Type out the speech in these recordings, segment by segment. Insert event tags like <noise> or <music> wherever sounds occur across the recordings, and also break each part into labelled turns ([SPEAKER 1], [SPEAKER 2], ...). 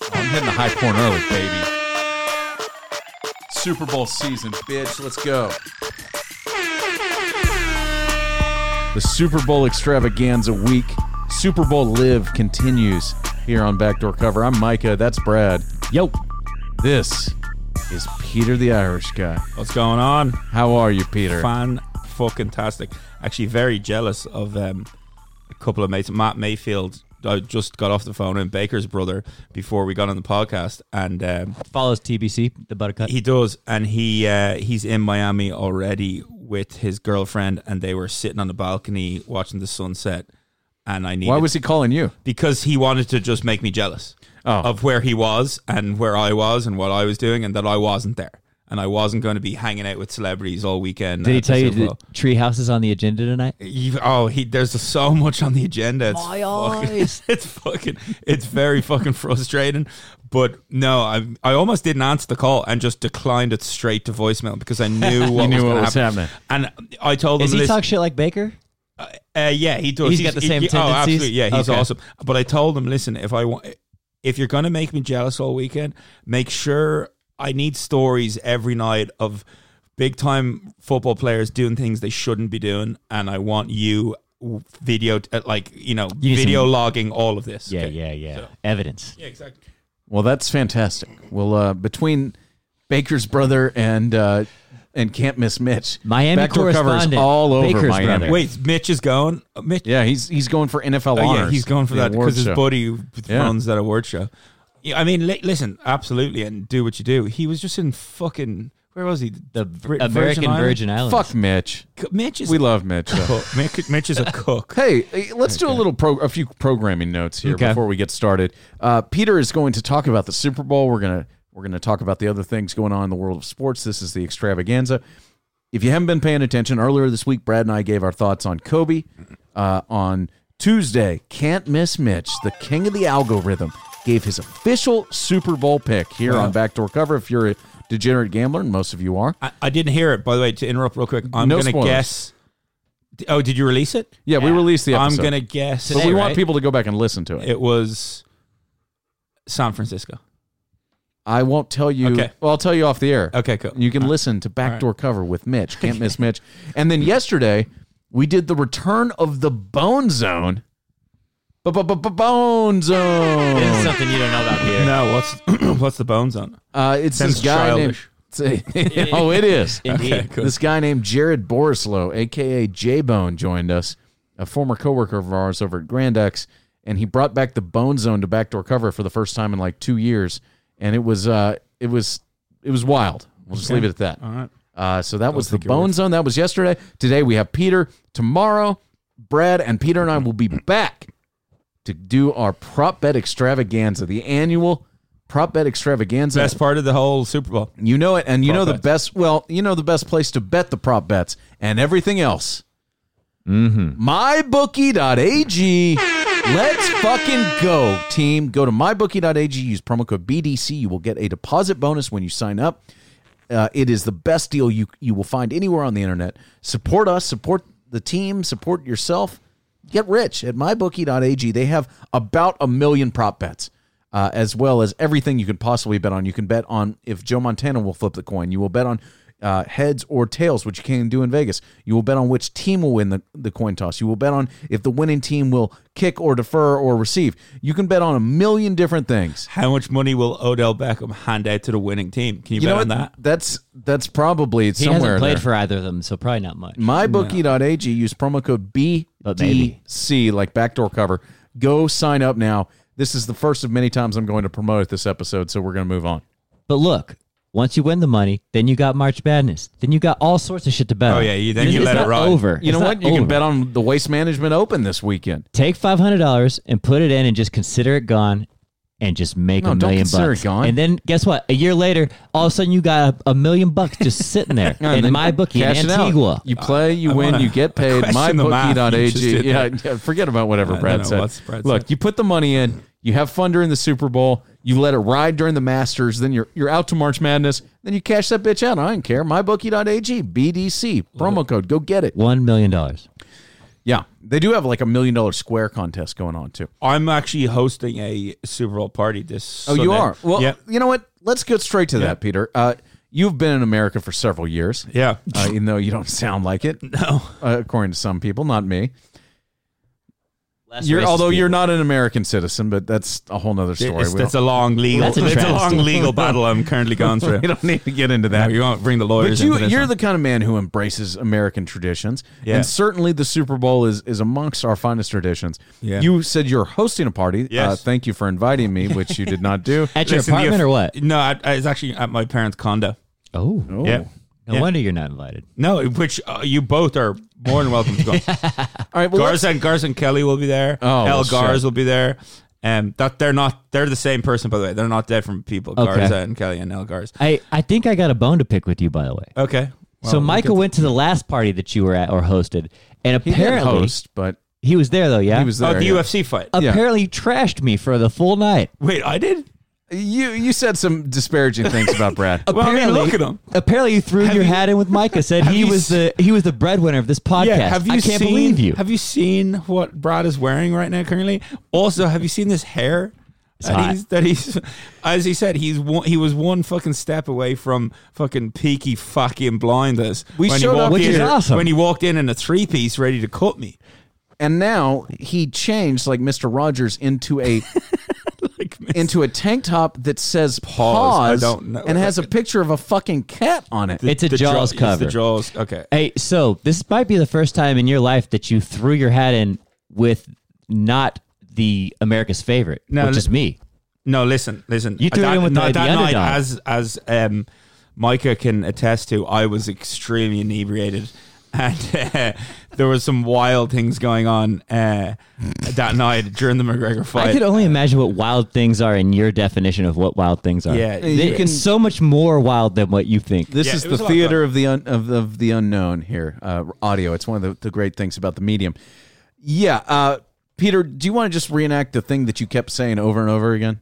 [SPEAKER 1] hitting the high point early, baby. Super Bowl season, bitch. Let's go. The Super Bowl extravaganza week. Super Bowl live continues here on Backdoor Cover. I'm Micah. That's Brad.
[SPEAKER 2] Yo,
[SPEAKER 1] This is Peter the Irish guy.
[SPEAKER 2] what's going on?
[SPEAKER 1] How are you, Peter?
[SPEAKER 2] Fan fucking tastic. Actually, very jealous of um, a couple of mates. Matt Mayfield. I just got off the phone and Baker's brother before we got on the podcast, and um,
[SPEAKER 3] follows TBC, the Buttercup.
[SPEAKER 2] he does, and he uh, he's in Miami already with his girlfriend, and they were sitting on the balcony watching the sunset. And I needed
[SPEAKER 1] Why was he calling you?
[SPEAKER 2] because he wanted to just make me jealous
[SPEAKER 1] Oh.
[SPEAKER 2] of where he was and where I was and what I was doing and that I wasn't there and I wasn't going to be hanging out with celebrities all weekend.
[SPEAKER 3] Did he
[SPEAKER 2] at the
[SPEAKER 3] tell you
[SPEAKER 2] Super
[SPEAKER 3] the
[SPEAKER 2] Bowl.
[SPEAKER 3] tree house is on the agenda tonight?
[SPEAKER 2] You- oh, he, there's so much on the agenda. It's
[SPEAKER 3] My
[SPEAKER 2] fucking,
[SPEAKER 3] eyes.
[SPEAKER 2] <laughs> It's fucking. It's very fucking frustrating. But no, I I almost didn't answer the call and just declined it straight to voicemail because I
[SPEAKER 3] <laughs>
[SPEAKER 2] knew what
[SPEAKER 1] knew
[SPEAKER 2] was,
[SPEAKER 1] what
[SPEAKER 2] gonna
[SPEAKER 1] was
[SPEAKER 2] happen. And I told
[SPEAKER 3] Is
[SPEAKER 2] him,
[SPEAKER 3] he
[SPEAKER 2] "Listen-
[SPEAKER 3] talk shit like Baker?
[SPEAKER 2] uh, yeah, he does.
[SPEAKER 3] He's got the same
[SPEAKER 2] he- Oh,
[SPEAKER 3] tendencies?
[SPEAKER 2] absolutely. Yeah, he's
[SPEAKER 3] Okay.
[SPEAKER 2] awesome. But I told him, listen, if I want, if you're gonna make me jealous all weekend, make sure I need stories every night of big time football players doing things they shouldn't be doing, and I want you w- video, uh, like you know,
[SPEAKER 3] need some-
[SPEAKER 2] video logging all of this.
[SPEAKER 3] Yeah,
[SPEAKER 2] okay?
[SPEAKER 3] yeah, yeah.
[SPEAKER 2] So-
[SPEAKER 3] Evidence.
[SPEAKER 2] yeah, exactly.
[SPEAKER 1] Well, that's fantastic. Well, uh, between Baker's brother and uh, and Can't Miss Mitch,
[SPEAKER 3] Miami
[SPEAKER 1] backdoor covers
[SPEAKER 3] correspondent,
[SPEAKER 1] all over
[SPEAKER 3] Baker's
[SPEAKER 1] Miami.
[SPEAKER 3] brother.
[SPEAKER 2] Wait, Mitch is going. Uh, Mitch,
[SPEAKER 1] Yeah, he's he's going for NFL
[SPEAKER 2] Oh,
[SPEAKER 1] honors.
[SPEAKER 2] yeah, he's going for
[SPEAKER 1] the
[SPEAKER 2] that
[SPEAKER 1] award
[SPEAKER 2] because his
[SPEAKER 1] show.
[SPEAKER 2] buddy who
[SPEAKER 1] Yeah.
[SPEAKER 2] runs that award show. Yeah, I mean, li- listen, absolutely, and do what you do. He was just in fucking where was he?
[SPEAKER 3] The
[SPEAKER 2] Bri-
[SPEAKER 3] American Virgin,
[SPEAKER 2] Islands?
[SPEAKER 3] Islands.
[SPEAKER 1] Fuck Mitch.
[SPEAKER 2] C- Mitch is
[SPEAKER 1] We
[SPEAKER 2] a
[SPEAKER 1] love Mitch. though.
[SPEAKER 2] cook. Mitch, Mitch is a cook.
[SPEAKER 1] <laughs> Hey, eh, let's do a little pro- a few programming notes here
[SPEAKER 3] Okay.
[SPEAKER 1] before we get started. Uh, Peter is going to talk about the Super Bowl. We're gonna we're gonna talk about the other things going on in the world of sports. This is the extravaganza. If you haven't been paying attention, earlier this week, Brad and I gave our thoughts on Kobe. Uh, on Tuesday, can't miss Mitch, the king of the algorithm, gave his official Super Bowl pick here on Backdoor Cover. If you're a degenerate gambler, and most of you are,
[SPEAKER 2] I, I didn't hear it, by the way. To interrupt real quick, I'm
[SPEAKER 1] No
[SPEAKER 2] gonna
[SPEAKER 1] spoilers.
[SPEAKER 2] guess. D- Oh, did you release it?
[SPEAKER 1] yeah, we released the
[SPEAKER 2] I'm
[SPEAKER 1] episode.
[SPEAKER 2] gonna guess
[SPEAKER 1] but we
[SPEAKER 3] Today,
[SPEAKER 1] want
[SPEAKER 3] right?
[SPEAKER 1] people to go back and listen to it.
[SPEAKER 2] it was San Francisco. <clears throat>
[SPEAKER 1] I won't tell you.
[SPEAKER 2] Okay.
[SPEAKER 1] Well, I'll tell you off the air.
[SPEAKER 2] Okay, cool.
[SPEAKER 1] You can listen to Backdoor Cover with Mitch. Can't
[SPEAKER 2] <laughs>
[SPEAKER 1] miss Mitch. And then yesterday, we did the return of the Bone Zone. Bone
[SPEAKER 3] This is
[SPEAKER 1] Zone.
[SPEAKER 3] something you don't know about here.
[SPEAKER 2] No, what's <clears throat> what's the bones on?
[SPEAKER 1] Uh, it's this
[SPEAKER 2] Sounds
[SPEAKER 1] guy
[SPEAKER 2] childish.
[SPEAKER 1] named. <laughs> it's- oh, <laughs>
[SPEAKER 2] <laughs>
[SPEAKER 1] it is.
[SPEAKER 3] Indeed.
[SPEAKER 2] cool.
[SPEAKER 1] <laughs> This guy named Jared Borislow, aka J Bone, joined us, a former coworker of ours over at Grand X, and he brought back the Bone Zone to Backdoor Cover for the first time in like two years, and it was uh, it was it was wild. We'll just leave it at that.
[SPEAKER 2] All right.
[SPEAKER 1] Uh, so that was the Bone Zone. That was yesterday. Today we have Peter. Tomorrow, Brad and Peter and I will be back to do our prop bet extravaganza, the annual prop bet extravaganza.
[SPEAKER 2] Best part of the whole Super Bowl.
[SPEAKER 1] You know it, and you know the
[SPEAKER 2] bets.
[SPEAKER 1] best. Well, you know the best place to bet the prop bets and everything else. Mm-hmm. MyBookie.ag. Let's fucking go, team. Go to mybookie.ag. Use promo code BDC. You will get a deposit bonus when you sign up. Uh, it is the best deal you you will find anywhere on the internet. Support us. Support the team. Support yourself. Get rich at mybookie.ag. They have about a million prop bets, uh, as well as everything you could possibly bet on. You can bet on if Joe Montana will flip the coin. You will bet on uh, heads or tails, which you can do in Vegas. You will bet on which team will win the, the coin toss. You will bet on if the winning team will kick or defer or receive. You can bet on a million different things.
[SPEAKER 2] How much money will Odell Beckham hand out to the winning team? Can you,
[SPEAKER 1] You
[SPEAKER 2] bet
[SPEAKER 1] know
[SPEAKER 2] on
[SPEAKER 1] what?
[SPEAKER 2] that?
[SPEAKER 1] That's that's probably
[SPEAKER 3] He
[SPEAKER 1] somewhere
[SPEAKER 3] hasn't played
[SPEAKER 1] there.
[SPEAKER 3] for either of them, so probably not much.
[SPEAKER 1] MyBookie.ag. Use promo code
[SPEAKER 3] But maybe.
[SPEAKER 1] BDC, like backdoor cover. Go sign up now. This is the first of many times I'm going to promote this episode, so we're going to move on.
[SPEAKER 3] But look, once you win the money, then you got March Madness. Then you got all sorts of shit to bet.
[SPEAKER 2] Oh,
[SPEAKER 3] on.
[SPEAKER 2] yeah, you- then
[SPEAKER 3] It's-
[SPEAKER 2] you
[SPEAKER 3] it's
[SPEAKER 2] let it
[SPEAKER 3] not
[SPEAKER 2] ride.
[SPEAKER 3] Over.
[SPEAKER 1] You
[SPEAKER 3] It's
[SPEAKER 1] know
[SPEAKER 3] not
[SPEAKER 1] what? You
[SPEAKER 3] over.
[SPEAKER 1] can bet on the Waste Management Open this weekend.
[SPEAKER 3] Take five hundred dollars and put it in, and just consider it gone, and just make
[SPEAKER 1] No,
[SPEAKER 3] a
[SPEAKER 1] don't
[SPEAKER 3] million
[SPEAKER 1] consider it
[SPEAKER 3] bucks.
[SPEAKER 1] gone.
[SPEAKER 3] And then guess what? A year later, all of a sudden you got a, a million bucks
[SPEAKER 1] <laughs>
[SPEAKER 3] just sitting there
[SPEAKER 1] And
[SPEAKER 3] in
[SPEAKER 1] then
[SPEAKER 3] my bookie in
[SPEAKER 1] cash it out.
[SPEAKER 3] Antigua.
[SPEAKER 1] You play, you
[SPEAKER 2] <laughs> I
[SPEAKER 1] win,
[SPEAKER 2] wanna-
[SPEAKER 1] you get paid.
[SPEAKER 2] I question the math you just
[SPEAKER 1] MyBookie.ag.
[SPEAKER 2] did
[SPEAKER 1] Yeah,
[SPEAKER 2] there.
[SPEAKER 1] yeah, forget about whatever
[SPEAKER 2] I
[SPEAKER 1] Brad
[SPEAKER 2] don't know what
[SPEAKER 1] said.
[SPEAKER 2] Brad
[SPEAKER 1] Look,
[SPEAKER 2] said.
[SPEAKER 1] you put the money in, you have fun during the Super Bowl, you let it ride during the Masters, then you're you're out to March Madness, then you cash that bitch out. I don't care. MyBookie.ag, BDC, promo code, go get it.
[SPEAKER 3] One million dollars.
[SPEAKER 1] Yeah, they do have like a million dollar square contest going on too.
[SPEAKER 2] I'm actually hosting a Super Bowl party this.
[SPEAKER 1] Oh, you
[SPEAKER 2] Sunday.
[SPEAKER 1] are. Well,
[SPEAKER 2] yeah,
[SPEAKER 1] you know what? Let's get straight to that, Peter. Uh, you've been in America for several years,
[SPEAKER 2] yeah.
[SPEAKER 1] uh, even though you don't sound like
[SPEAKER 2] <laughs>
[SPEAKER 1] it,
[SPEAKER 2] no,
[SPEAKER 1] uh, according to some people, not me.
[SPEAKER 3] Less
[SPEAKER 1] You're,
[SPEAKER 3] racist
[SPEAKER 1] although you're
[SPEAKER 3] people.
[SPEAKER 1] not an American citizen, but that's a whole nother story.
[SPEAKER 2] it's,
[SPEAKER 1] We don't,
[SPEAKER 2] that's a long legal.
[SPEAKER 3] That's a
[SPEAKER 2] it's a long
[SPEAKER 3] travesty.
[SPEAKER 2] legal battle I'm currently going <laughs> through.
[SPEAKER 1] <laughs> we don't need to get into
[SPEAKER 2] No,
[SPEAKER 1] that.
[SPEAKER 2] you won't bring the
[SPEAKER 1] but
[SPEAKER 2] lawyers.
[SPEAKER 1] you,
[SPEAKER 2] into this
[SPEAKER 1] you're
[SPEAKER 2] one.
[SPEAKER 1] the kind of man who embraces American traditions,
[SPEAKER 2] Yeah.
[SPEAKER 1] and certainly the Super Bowl is is amongst our finest traditions.
[SPEAKER 2] Yeah.
[SPEAKER 1] You said you're hosting a party. Uh,
[SPEAKER 2] Yes.
[SPEAKER 1] thank you for inviting me, which you did
[SPEAKER 2] <laughs>
[SPEAKER 1] not do.
[SPEAKER 3] at your
[SPEAKER 2] Listen, the
[SPEAKER 3] apartment
[SPEAKER 2] aff-
[SPEAKER 3] or what?
[SPEAKER 2] No, I, I was actually at my parents' condo.
[SPEAKER 3] Oh,
[SPEAKER 1] Oh.
[SPEAKER 2] Yeah.
[SPEAKER 3] no
[SPEAKER 2] Yeah.
[SPEAKER 3] wonder you're not invited.
[SPEAKER 2] No, which uh, you both are more than welcome to
[SPEAKER 1] <laughs>
[SPEAKER 2] go.
[SPEAKER 1] All right. Well, let's-
[SPEAKER 2] Garza and Garza and Kelly will be there.
[SPEAKER 1] Oh,
[SPEAKER 2] El
[SPEAKER 1] well,
[SPEAKER 2] Garz
[SPEAKER 1] shit.
[SPEAKER 2] will be there. Um, that they're not they're the same person by the way. They're not different people.
[SPEAKER 3] Okay.
[SPEAKER 2] Garza and Kelly and El Garz.
[SPEAKER 3] I, I think I got a bone to pick with you, by the way.
[SPEAKER 2] Okay.
[SPEAKER 3] so
[SPEAKER 2] Well,
[SPEAKER 3] Michael went to the last party that you were at or hosted, and
[SPEAKER 1] he didn't
[SPEAKER 3] apparently
[SPEAKER 1] host, but
[SPEAKER 3] he was there though. Yeah,
[SPEAKER 1] he was there.
[SPEAKER 2] Oh, the
[SPEAKER 1] yeah.
[SPEAKER 2] UFC fight.
[SPEAKER 1] yeah.
[SPEAKER 3] apparently trashed me for the full night.
[SPEAKER 2] Wait, I did.
[SPEAKER 1] You you said some disparaging things
[SPEAKER 2] <laughs>
[SPEAKER 1] about Brad.
[SPEAKER 2] Well, I mean,
[SPEAKER 3] Apparently-
[SPEAKER 2] look at him.
[SPEAKER 3] Apparently, you threw your
[SPEAKER 2] you-
[SPEAKER 3] hat in with
[SPEAKER 2] <laughs>
[SPEAKER 3] Micah. Said he
[SPEAKER 2] you
[SPEAKER 3] was the he was the breadwinner of this podcast. I can't
[SPEAKER 2] seen,
[SPEAKER 3] believe you.
[SPEAKER 2] Have you seen what Brad is wearing right now currently? Also, have you seen this hair? that
[SPEAKER 3] hot.
[SPEAKER 2] he's that he's <laughs> as he said he's one, he was one fucking step away from fucking peaky fucking blindness.
[SPEAKER 1] We
[SPEAKER 2] when he
[SPEAKER 1] showed up
[SPEAKER 2] walked
[SPEAKER 3] Which
[SPEAKER 2] in-
[SPEAKER 3] is awesome.
[SPEAKER 2] when he walked in in a three piece ready to cut me.
[SPEAKER 1] and now he changed like Mr. Rogers into a
[SPEAKER 2] <laughs> Like
[SPEAKER 1] into a tank top that says
[SPEAKER 2] Pause. I
[SPEAKER 1] pause,
[SPEAKER 2] don't know.
[SPEAKER 1] and has a picture of a fucking cat on it.
[SPEAKER 3] It's a
[SPEAKER 2] the jaw-
[SPEAKER 3] Jaws cover.
[SPEAKER 2] It's the jaws. Okay.
[SPEAKER 3] hey, so this might be the first time in your life that you threw your hat in with not the America's favorite,
[SPEAKER 2] No,
[SPEAKER 3] which
[SPEAKER 2] li-
[SPEAKER 3] is me.
[SPEAKER 2] No, listen, listen.
[SPEAKER 3] You threw it in with the- the
[SPEAKER 2] that night,
[SPEAKER 3] underdog.
[SPEAKER 2] as as um, Micah can attest to, I was extremely inebriated, <laughs> and uh, there was some wild things going on uh, that night during the McGregor
[SPEAKER 3] I
[SPEAKER 2] fight.
[SPEAKER 3] could only imagine what wild things are in your definition of what wild things are.
[SPEAKER 2] Yeah,
[SPEAKER 3] They-
[SPEAKER 1] you can-
[SPEAKER 3] so much more wild than what you think.
[SPEAKER 1] This
[SPEAKER 2] Yeah,
[SPEAKER 1] is
[SPEAKER 2] it
[SPEAKER 1] the
[SPEAKER 2] was a lot of
[SPEAKER 1] theater of the un, of, of the unknown here. Uh, audio. It's one of the, the great things about the medium. Yeah, uh, Peter. Do you want to just reenact the thing that you kept saying over and over again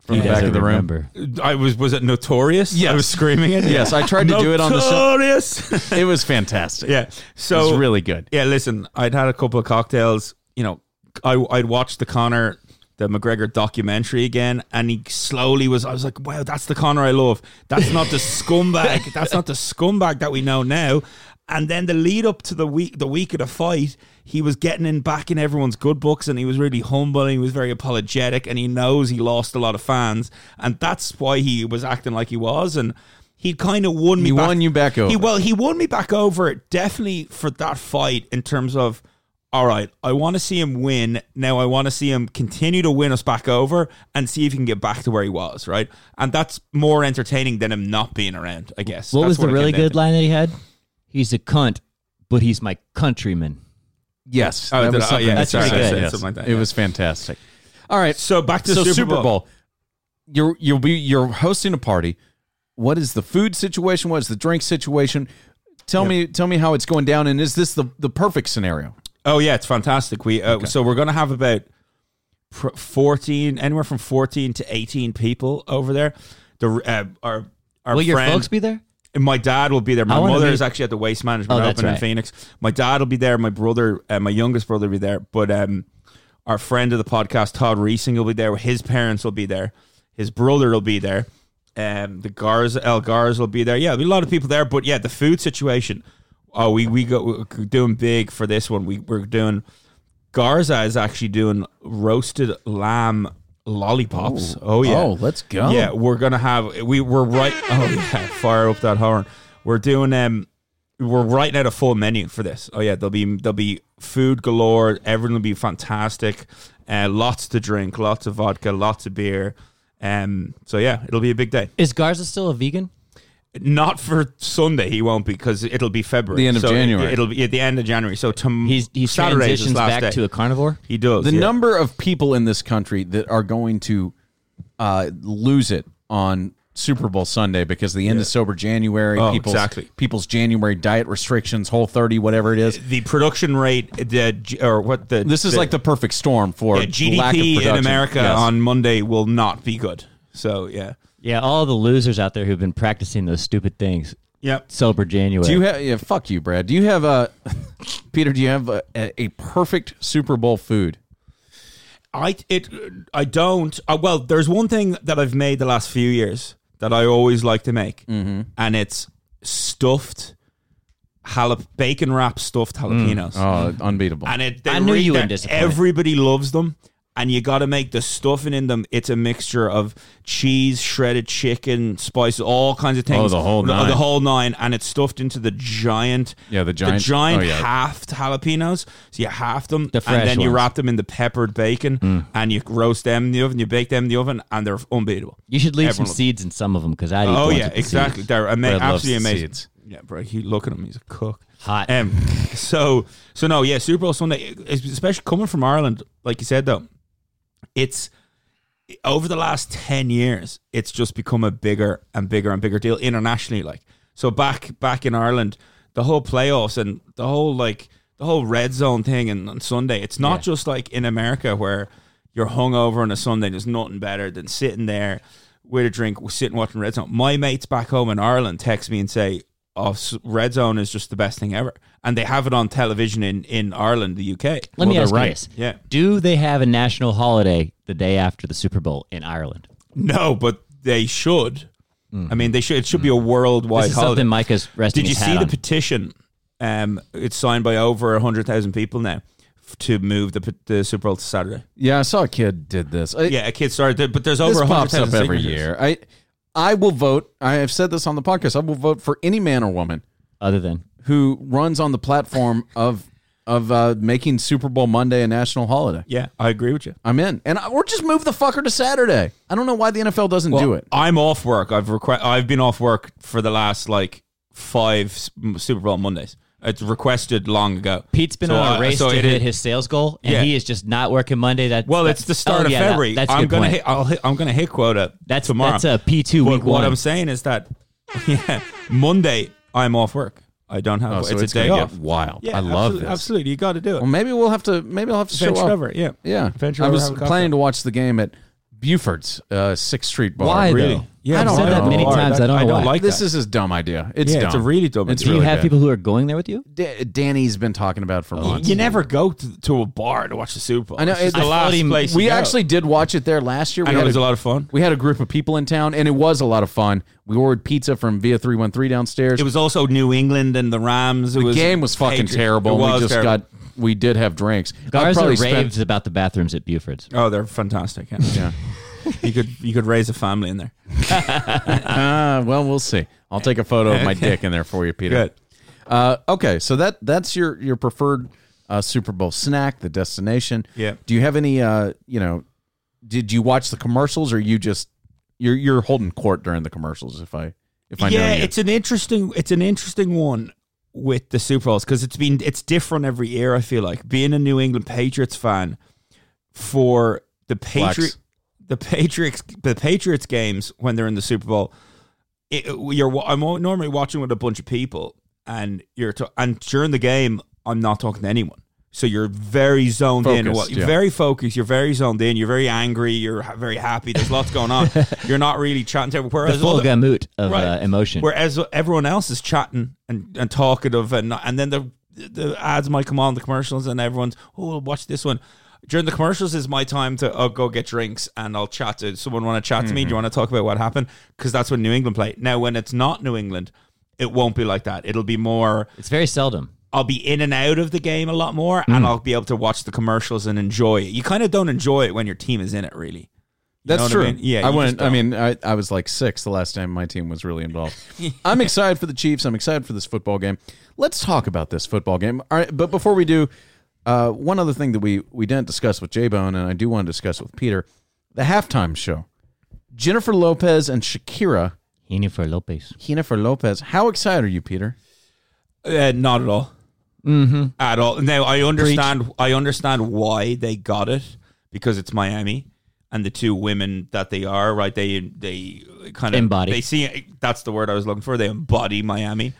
[SPEAKER 1] from
[SPEAKER 3] He
[SPEAKER 1] the back
[SPEAKER 3] doesn't
[SPEAKER 1] of the room?
[SPEAKER 3] remember.
[SPEAKER 2] I was was it notorious? Yeah, I was screaming it.
[SPEAKER 1] Yes, I tried to do it on
[SPEAKER 2] <laughs>
[SPEAKER 1] the show.
[SPEAKER 2] Notorious.
[SPEAKER 1] It was fantastic.
[SPEAKER 2] yeah.
[SPEAKER 1] it
[SPEAKER 2] So
[SPEAKER 1] was really good.
[SPEAKER 2] Yeah, listen, I'd had a couple of cocktails. You know, I, I'd watched the Connor, the McGregor documentary again, and he slowly was. I was like, wow, that's the Connor I love. That's not the scumbag.
[SPEAKER 1] <laughs>
[SPEAKER 2] That's not the scumbag that we know now. And then the lead up to the week, the week of the fight, he was getting in back in everyone's good books, and he was really humble. And he was very apologetic, and he knows he lost a lot of fans, and that's why he was acting like he was. And he kind of won me.
[SPEAKER 1] He
[SPEAKER 2] back.
[SPEAKER 1] won you back
[SPEAKER 2] He
[SPEAKER 1] over.
[SPEAKER 2] well, he won me back over definitely for that fight in terms of all right, I want to see him win. Now I want to see him continue to win us back over and see if he can get back to where he was, right? And that's more entertaining than him not being around, I guess.
[SPEAKER 3] What
[SPEAKER 2] That's
[SPEAKER 3] was the
[SPEAKER 2] it came
[SPEAKER 3] really
[SPEAKER 2] down
[SPEAKER 3] good
[SPEAKER 2] to.
[SPEAKER 3] line that he had? He's a cunt, but he's my countryman.
[SPEAKER 1] Yes,
[SPEAKER 2] Oh, did I- oh,
[SPEAKER 1] something
[SPEAKER 2] yeah,
[SPEAKER 1] that
[SPEAKER 3] that's
[SPEAKER 1] you
[SPEAKER 3] pretty
[SPEAKER 1] said,
[SPEAKER 3] good.
[SPEAKER 1] yes.
[SPEAKER 2] Something like that,
[SPEAKER 1] It
[SPEAKER 2] yeah.
[SPEAKER 1] was fantastic. All right,
[SPEAKER 2] So back to
[SPEAKER 1] so
[SPEAKER 2] Super,
[SPEAKER 1] Super Bowl.
[SPEAKER 2] Bowl.
[SPEAKER 1] You're you'll be you're hosting a party. What is the food situation? What is the drink situation? Tell me tell me how it's going down and is this the, the perfect scenario?
[SPEAKER 2] Oh yeah, it's fantastic. We uh, so we're gonna have about pr- fourteen, anywhere from fourteen to eighteen people over there. The uh, our our
[SPEAKER 3] Will your
[SPEAKER 2] friend-
[SPEAKER 3] folks be there?
[SPEAKER 2] And my dad will be there. My
[SPEAKER 3] I wanna
[SPEAKER 2] mother is
[SPEAKER 3] meet-
[SPEAKER 2] actually at the Waste Management
[SPEAKER 3] Oh, that's
[SPEAKER 2] Open in
[SPEAKER 3] right.
[SPEAKER 2] Phoenix. My dad will be there. My brother, uh, my youngest brother, will be there. But um, our friend of the podcast, Todd Reesing, will be there. His parents will be there. His brother will be there. Um, the Garza, El Garza will be there. Yeah, there'll be a lot of people there. But yeah, the food situation. Oh, we we go we're doing big for this one. We we're doing. Garza is actually doing roasted lamb lollipops. oh yeah.
[SPEAKER 1] Oh, let's go.
[SPEAKER 2] Yeah, we're gonna have we we're right. <laughs> Oh yeah, fire up that horn. We're doing um, we're writing out a full menu for this. Oh yeah, there'll be there'll be food galore. Everything will be fantastic. Uh, lots to drink, lots of vodka, lots of beer. Um, so yeah, it'll be a big day.
[SPEAKER 3] Is Garza still a vegan?
[SPEAKER 2] Not for Sunday, he won't be because it'll be February,
[SPEAKER 1] The end of
[SPEAKER 2] So
[SPEAKER 1] January.
[SPEAKER 2] It, will be at the end of January. So tom-
[SPEAKER 3] He's he
[SPEAKER 2] Saturday is his
[SPEAKER 3] transitions
[SPEAKER 2] last
[SPEAKER 3] back
[SPEAKER 2] day.
[SPEAKER 3] to a carnivore.
[SPEAKER 2] he does
[SPEAKER 1] The
[SPEAKER 2] yeah.
[SPEAKER 1] number of people in this country that are going to uh, lose it on Super Bowl Sunday because the end of sober January,
[SPEAKER 2] Oh,
[SPEAKER 1] people's
[SPEAKER 2] exactly.
[SPEAKER 1] people's January diet restrictions, whole thirty, whatever it is.
[SPEAKER 2] the production rate the G- or what the
[SPEAKER 1] This is
[SPEAKER 2] the,
[SPEAKER 1] like the perfect storm for
[SPEAKER 2] yeah,
[SPEAKER 1] lack of
[SPEAKER 2] GDP in
[SPEAKER 1] production.
[SPEAKER 2] America
[SPEAKER 1] Yes.
[SPEAKER 2] on Monday will not be good. So yeah,
[SPEAKER 3] Yeah, all the losers out there who've been practicing those stupid things.
[SPEAKER 2] Yep.
[SPEAKER 3] sober January.
[SPEAKER 1] Do you have? Yeah, fuck you, Brad. Do you have a? <laughs> Peter, do you have a, a perfect Super Bowl food?
[SPEAKER 2] I it I don't. Uh, well, there's one thing that I've made the last few years that I always like to make,
[SPEAKER 1] Mm-hmm.
[SPEAKER 2] and it's stuffed jalap bacon wrap stuffed jalapenos.
[SPEAKER 1] Oh, unbeatable.
[SPEAKER 2] And it, they
[SPEAKER 3] I knew
[SPEAKER 2] read
[SPEAKER 3] you
[SPEAKER 2] that
[SPEAKER 3] wouldn't disappoint.
[SPEAKER 2] Everybody loves them, and you got to make the stuffing in them. It's a mixture of cheese, shredded chicken, spices, all kinds of things.
[SPEAKER 1] Oh, the whole
[SPEAKER 2] No,
[SPEAKER 1] nine.
[SPEAKER 2] The whole nine, and it's stuffed into the giant.
[SPEAKER 1] Yeah, the giant-
[SPEAKER 2] The giant
[SPEAKER 1] oh, yeah.
[SPEAKER 2] halved jalapenos. So you half them,
[SPEAKER 3] The fresh
[SPEAKER 2] and then you
[SPEAKER 3] ones.
[SPEAKER 2] wrap them in the peppered bacon,
[SPEAKER 1] Mm.
[SPEAKER 2] and you roast them in the oven. You bake them in the oven, and they're unbeatable.
[SPEAKER 3] You should leave some
[SPEAKER 2] Everyone-
[SPEAKER 3] seeds in some of them because I eat.
[SPEAKER 2] Oh
[SPEAKER 3] ones
[SPEAKER 2] yeah,
[SPEAKER 3] with the
[SPEAKER 2] exactly.
[SPEAKER 3] seeds.
[SPEAKER 2] They're ama-
[SPEAKER 1] Brad loves
[SPEAKER 2] absolutely
[SPEAKER 1] the
[SPEAKER 2] amazing.
[SPEAKER 1] seeds.
[SPEAKER 2] Yeah, bro. He look at him. He's a cook.
[SPEAKER 3] Hot.
[SPEAKER 2] Um. So so no. Yeah. Super Bowl Sunday, especially coming from Ireland, like you said though, it's over the last ten years, it's just become a bigger and bigger and bigger deal internationally. Like so, back back in Ireland, the whole playoffs and the whole like the whole red zone thing and on Sunday. It's not just like in America where you're hungover on a Sunday. There's nothing better than sitting there with a drink, sitting watching red zone. My mates back home in Ireland text me and say. Oh, s- red zone is just the best thing ever, and they have it on television in in Ireland, the UK.
[SPEAKER 3] Let me
[SPEAKER 1] they're
[SPEAKER 3] ask you
[SPEAKER 1] right.
[SPEAKER 3] this:
[SPEAKER 2] Yeah.
[SPEAKER 3] Do they have a national holiday the day after the Super Bowl in Ireland?
[SPEAKER 2] No, but they should.
[SPEAKER 1] Mm.
[SPEAKER 2] I mean, they should. It should be a worldwide
[SPEAKER 3] This is
[SPEAKER 2] holiday.
[SPEAKER 3] something Micah's resting
[SPEAKER 2] Did you
[SPEAKER 3] his
[SPEAKER 2] see
[SPEAKER 3] hat
[SPEAKER 2] the
[SPEAKER 3] on.
[SPEAKER 2] petition? Um, it's signed by over hundred thousand people now f- to move the p- the Super Bowl to Saturday.
[SPEAKER 1] yeah, I saw a kid did this. I-
[SPEAKER 2] Yeah, a kid started, but there's
[SPEAKER 1] this
[SPEAKER 2] over hundred
[SPEAKER 1] pops up
[SPEAKER 2] thousand
[SPEAKER 1] every year. I I will vote. I have said this on the podcast. I will vote for any man or woman
[SPEAKER 3] Other than
[SPEAKER 1] who runs on the platform of of uh, making Super Bowl Monday a national holiday.
[SPEAKER 2] Yeah, I agree with you.
[SPEAKER 1] I'm in, and I, or just move the fucker to Saturday. I don't know why the NFL doesn't do it.
[SPEAKER 2] I'm off work. I've requ- I've been off work for the last like five s- m- Super Bowl Mondays. It's requested long ago.
[SPEAKER 3] Pete's been
[SPEAKER 2] So,
[SPEAKER 3] on
[SPEAKER 2] uh,
[SPEAKER 3] a race
[SPEAKER 2] so
[SPEAKER 3] to
[SPEAKER 2] it
[SPEAKER 3] hit
[SPEAKER 2] is-
[SPEAKER 3] his sales goal, and
[SPEAKER 2] Yeah.
[SPEAKER 3] he is just not working Monday. That
[SPEAKER 2] Well,
[SPEAKER 3] that-
[SPEAKER 2] it's the start
[SPEAKER 3] oh,
[SPEAKER 2] of
[SPEAKER 3] yeah, that-
[SPEAKER 2] February.
[SPEAKER 3] that's a
[SPEAKER 2] I'm
[SPEAKER 3] good
[SPEAKER 2] gonna
[SPEAKER 3] point.
[SPEAKER 2] hit. I'll hit. I'm gonna hit quota
[SPEAKER 3] That's
[SPEAKER 2] tomorrow.
[SPEAKER 3] That's a P two
[SPEAKER 2] But
[SPEAKER 3] week
[SPEAKER 2] what
[SPEAKER 3] one.
[SPEAKER 2] I'm saying is that <laughs> yeah, Monday I'm off work. I don't have.
[SPEAKER 1] Oh, so
[SPEAKER 2] it's,
[SPEAKER 1] it's
[SPEAKER 2] a day
[SPEAKER 1] gonna
[SPEAKER 2] off.
[SPEAKER 1] get wild. I love
[SPEAKER 2] absolutely,
[SPEAKER 1] this.
[SPEAKER 2] Absolutely, you got to do it.
[SPEAKER 1] Well, maybe we'll have to. Maybe I'll have to
[SPEAKER 2] Venture
[SPEAKER 1] show up.
[SPEAKER 2] over, yeah,
[SPEAKER 1] Yeah,
[SPEAKER 2] Venture
[SPEAKER 1] I
[SPEAKER 2] over,
[SPEAKER 1] was
[SPEAKER 2] have a cocktail.
[SPEAKER 1] planning to watch the game at Buford's uh, Sixth Street Bar.
[SPEAKER 3] Why,
[SPEAKER 2] Oh, Really?
[SPEAKER 3] though?
[SPEAKER 2] Yeah,
[SPEAKER 1] I've
[SPEAKER 2] I don't
[SPEAKER 1] said
[SPEAKER 2] like
[SPEAKER 1] that
[SPEAKER 2] the
[SPEAKER 1] many
[SPEAKER 2] bar.
[SPEAKER 3] times, I don't know why.
[SPEAKER 2] like
[SPEAKER 1] this
[SPEAKER 2] that.
[SPEAKER 1] is as dumb idea. It's
[SPEAKER 2] Yeah,
[SPEAKER 1] dumb.
[SPEAKER 2] it's a really dumb
[SPEAKER 1] It's
[SPEAKER 2] idea.
[SPEAKER 3] Do you
[SPEAKER 1] really
[SPEAKER 3] have
[SPEAKER 1] bad.
[SPEAKER 3] people who are going there with you?
[SPEAKER 1] D- Danny's been talking about it for months.
[SPEAKER 2] You never go to, to a bar to watch the Super Bowl.
[SPEAKER 1] I know,
[SPEAKER 2] Oh, It's just
[SPEAKER 1] it-
[SPEAKER 2] the
[SPEAKER 1] I
[SPEAKER 2] last
[SPEAKER 3] thought he-
[SPEAKER 2] place. you
[SPEAKER 1] we
[SPEAKER 2] go.
[SPEAKER 1] actually did watch it there last year.
[SPEAKER 2] I
[SPEAKER 1] We
[SPEAKER 2] know it
[SPEAKER 1] had
[SPEAKER 2] was a lot of fun.
[SPEAKER 1] We had a group of people in town, and it was a lot of fun. We ordered pizza from Via Three One Three downstairs.
[SPEAKER 2] It was also New England and the Rams. It
[SPEAKER 1] the
[SPEAKER 2] was
[SPEAKER 1] game was fucking
[SPEAKER 2] Patriots.
[SPEAKER 1] terrible.
[SPEAKER 2] It
[SPEAKER 1] we
[SPEAKER 2] was
[SPEAKER 1] just
[SPEAKER 2] terrible.
[SPEAKER 1] got we did have drinks. I
[SPEAKER 3] Garza
[SPEAKER 1] probably
[SPEAKER 3] raves
[SPEAKER 1] spent
[SPEAKER 3] about the bathrooms at Buford's.
[SPEAKER 2] Oh, they're fantastic. <laughs> Yeah. you could you could raise a family in there.
[SPEAKER 1] uh, well, we'll see. I'll take a photo
[SPEAKER 2] <laughs>
[SPEAKER 1] of my dick in there for you, Peter.
[SPEAKER 2] Good.
[SPEAKER 1] Uh, okay, so that that's your your preferred uh, Super Bowl snack, the destination.
[SPEAKER 2] Yeah.
[SPEAKER 1] Do you have any? Uh, you know, did you watch the commercials, or you just you're you're holding court during the commercials? If I if I
[SPEAKER 2] yeah,
[SPEAKER 1] know you,
[SPEAKER 2] it's an interesting it's an interesting one with the Super Bowls because it's been it's different every year. I feel like being a New England Patriots fan for the Patriot
[SPEAKER 1] Flex.
[SPEAKER 2] the Patriots the Patriots games when they're in the Super Bowl. It, you're wa- I'm o- normally watching with a bunch of people, and you're ta- and during the game I'm not talking to anyone. So you're very zoned in.
[SPEAKER 1] Focused,
[SPEAKER 2] Well,
[SPEAKER 1] yeah.
[SPEAKER 2] Very focused. You're very zoned in. You're very angry. You're ha- very happy. There's lots going
[SPEAKER 1] <laughs>
[SPEAKER 2] on. you're not really chatting to everyone.
[SPEAKER 3] The
[SPEAKER 2] Whereas
[SPEAKER 3] full
[SPEAKER 2] other-
[SPEAKER 3] gamut of
[SPEAKER 2] Right.
[SPEAKER 3] uh, emotion.
[SPEAKER 2] Whereas everyone else is chatting and, and talkative, and not- and then the the ads might come on the commercials, and everyone's oh we'll watch this one. During the commercials is my time to oh, go get drinks and I'll chat to someone. Want to chat
[SPEAKER 1] Mm-hmm.
[SPEAKER 2] to me? Do you want to talk about what happened? Because that's when New England play. Now when it's not New England, it won't be like that. It'll be more.
[SPEAKER 3] It's very seldom.
[SPEAKER 2] I'll be in and out of the game a lot more,
[SPEAKER 1] Mm.
[SPEAKER 2] and I'll be able to watch the commercials and enjoy it. You kind of don't enjoy it when your team is in it, really.
[SPEAKER 1] That's
[SPEAKER 2] know what I
[SPEAKER 1] true.
[SPEAKER 2] mean? Yeah,
[SPEAKER 1] I
[SPEAKER 2] you
[SPEAKER 1] went.
[SPEAKER 2] just
[SPEAKER 1] I mean, I, I was like six the last time my team was
[SPEAKER 2] <laughs>
[SPEAKER 1] really involved. I'm excited for the Chiefs. I'm excited for this football game. Let's talk about this football game. All right, but before we do, uh, one other thing that we we didn't discuss with J Bone, and I do want to discuss with Peter, the halftime show. Jennifer Lopez and Shakira.
[SPEAKER 3] Jennifer Lopez.
[SPEAKER 1] Jennifer Lopez. How excited are you, Peter?
[SPEAKER 2] Uh, not at all. Mm-hmm. At all. Now I understand. I understand why they got it because it's Miami, and the two women that they are, right? They they kind of
[SPEAKER 3] Embody.
[SPEAKER 2] They see that's the word I was looking for. They embody Miami. I-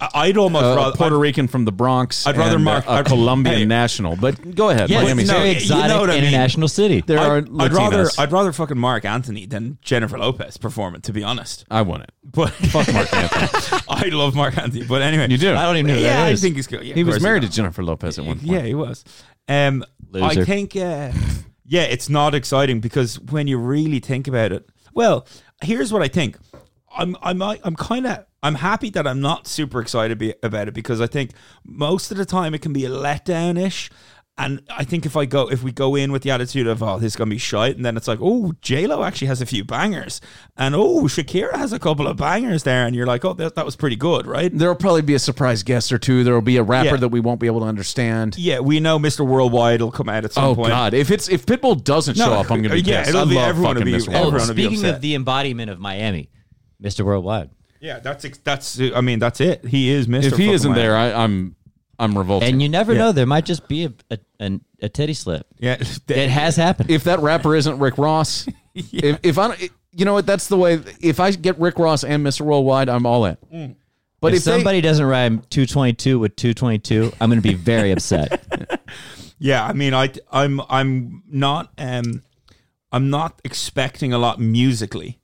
[SPEAKER 2] Uh, I'd almost
[SPEAKER 1] a
[SPEAKER 2] rather
[SPEAKER 1] Uh, Puerto Rican from the Bronx.
[SPEAKER 2] I'd rather
[SPEAKER 1] and,
[SPEAKER 2] Mark-
[SPEAKER 1] uh, a
[SPEAKER 2] I'd-
[SPEAKER 1] Colombian
[SPEAKER 2] hey.
[SPEAKER 1] national. But go ahead,
[SPEAKER 3] Yeah,
[SPEAKER 1] Miami.
[SPEAKER 3] it's a
[SPEAKER 2] no,
[SPEAKER 3] very
[SPEAKER 2] you know
[SPEAKER 3] exotic
[SPEAKER 2] what I mean.
[SPEAKER 3] international city.
[SPEAKER 1] there are
[SPEAKER 2] I'd, I'd rather
[SPEAKER 1] Latinas.
[SPEAKER 2] I'd rather fucking Mark Anthony than Jennifer Lopez perform it. To be honest, <laughs>
[SPEAKER 1] I want it.
[SPEAKER 2] but <laughs>
[SPEAKER 1] Fuck Mark Anthony.
[SPEAKER 2] I love Mark Anthony. But anyway,
[SPEAKER 1] You do.
[SPEAKER 3] I don't even know who
[SPEAKER 2] yeah,
[SPEAKER 3] that
[SPEAKER 2] I
[SPEAKER 3] is.
[SPEAKER 2] think he's good. Yeah, of
[SPEAKER 1] He was
[SPEAKER 2] course
[SPEAKER 1] married to Jennifer Lopez at <laughs> one point.
[SPEAKER 2] Yeah, he was. Um, I
[SPEAKER 3] Loser.
[SPEAKER 2] think, uh, yeah, it's not exciting because when you really think about it, well, here's what I think. I'm, I'm, I'm kind of, I'm happy that I'm not super excited be, about it because I think most of the time it can be a letdown ish. And I think if I go, if we go in with the attitude of, oh, this is going to be shite, and then it's like, oh, Lo actually has a few bangers. And oh, Shakira has a couple of bangers there. And you're like, oh, that, that was pretty good, right?
[SPEAKER 1] There'll probably be a surprise guest or two. There'll be a rapper
[SPEAKER 2] Yeah.
[SPEAKER 1] that we won't be able to understand.
[SPEAKER 2] Yeah, we know Mr. Worldwide will come out at some
[SPEAKER 1] Oh
[SPEAKER 2] point.
[SPEAKER 1] God! If it's if Pitbull doesn't
[SPEAKER 2] No,
[SPEAKER 1] show up, I'm going to be
[SPEAKER 2] yeah,
[SPEAKER 1] pissed.
[SPEAKER 2] it'll
[SPEAKER 1] I
[SPEAKER 2] be-
[SPEAKER 1] love
[SPEAKER 2] everyone will be-
[SPEAKER 1] fucking Mr.
[SPEAKER 2] everyone
[SPEAKER 1] Worldwide.
[SPEAKER 2] will be
[SPEAKER 3] Oh, Speaking
[SPEAKER 2] upset.
[SPEAKER 3] of the embodiment of Miami, Mr. Worldwide.
[SPEAKER 2] Yeah, that's ex- that's. I mean, that's it. He is Mister.
[SPEAKER 1] If he isn't there, I, I'm I'm revolting.
[SPEAKER 3] And you never know, there might just be a, a, an, a titty slip.
[SPEAKER 1] <laughs>
[SPEAKER 2] yeah,
[SPEAKER 3] It has happened.
[SPEAKER 1] if that rapper isn't Rick Ross, <laughs> if, if I don't, you know what, that's the way. If I get Rick Ross and Mr. Worldwide, I'm all in.
[SPEAKER 2] Mm.
[SPEAKER 1] But
[SPEAKER 3] If,
[SPEAKER 1] if, somebody,
[SPEAKER 3] somebody doesn't rhyme 222 with 222, I'm going to be very upset.
[SPEAKER 2] <laughs> yeah. I mean, I I'm I'm not um I'm not expecting a lot musically,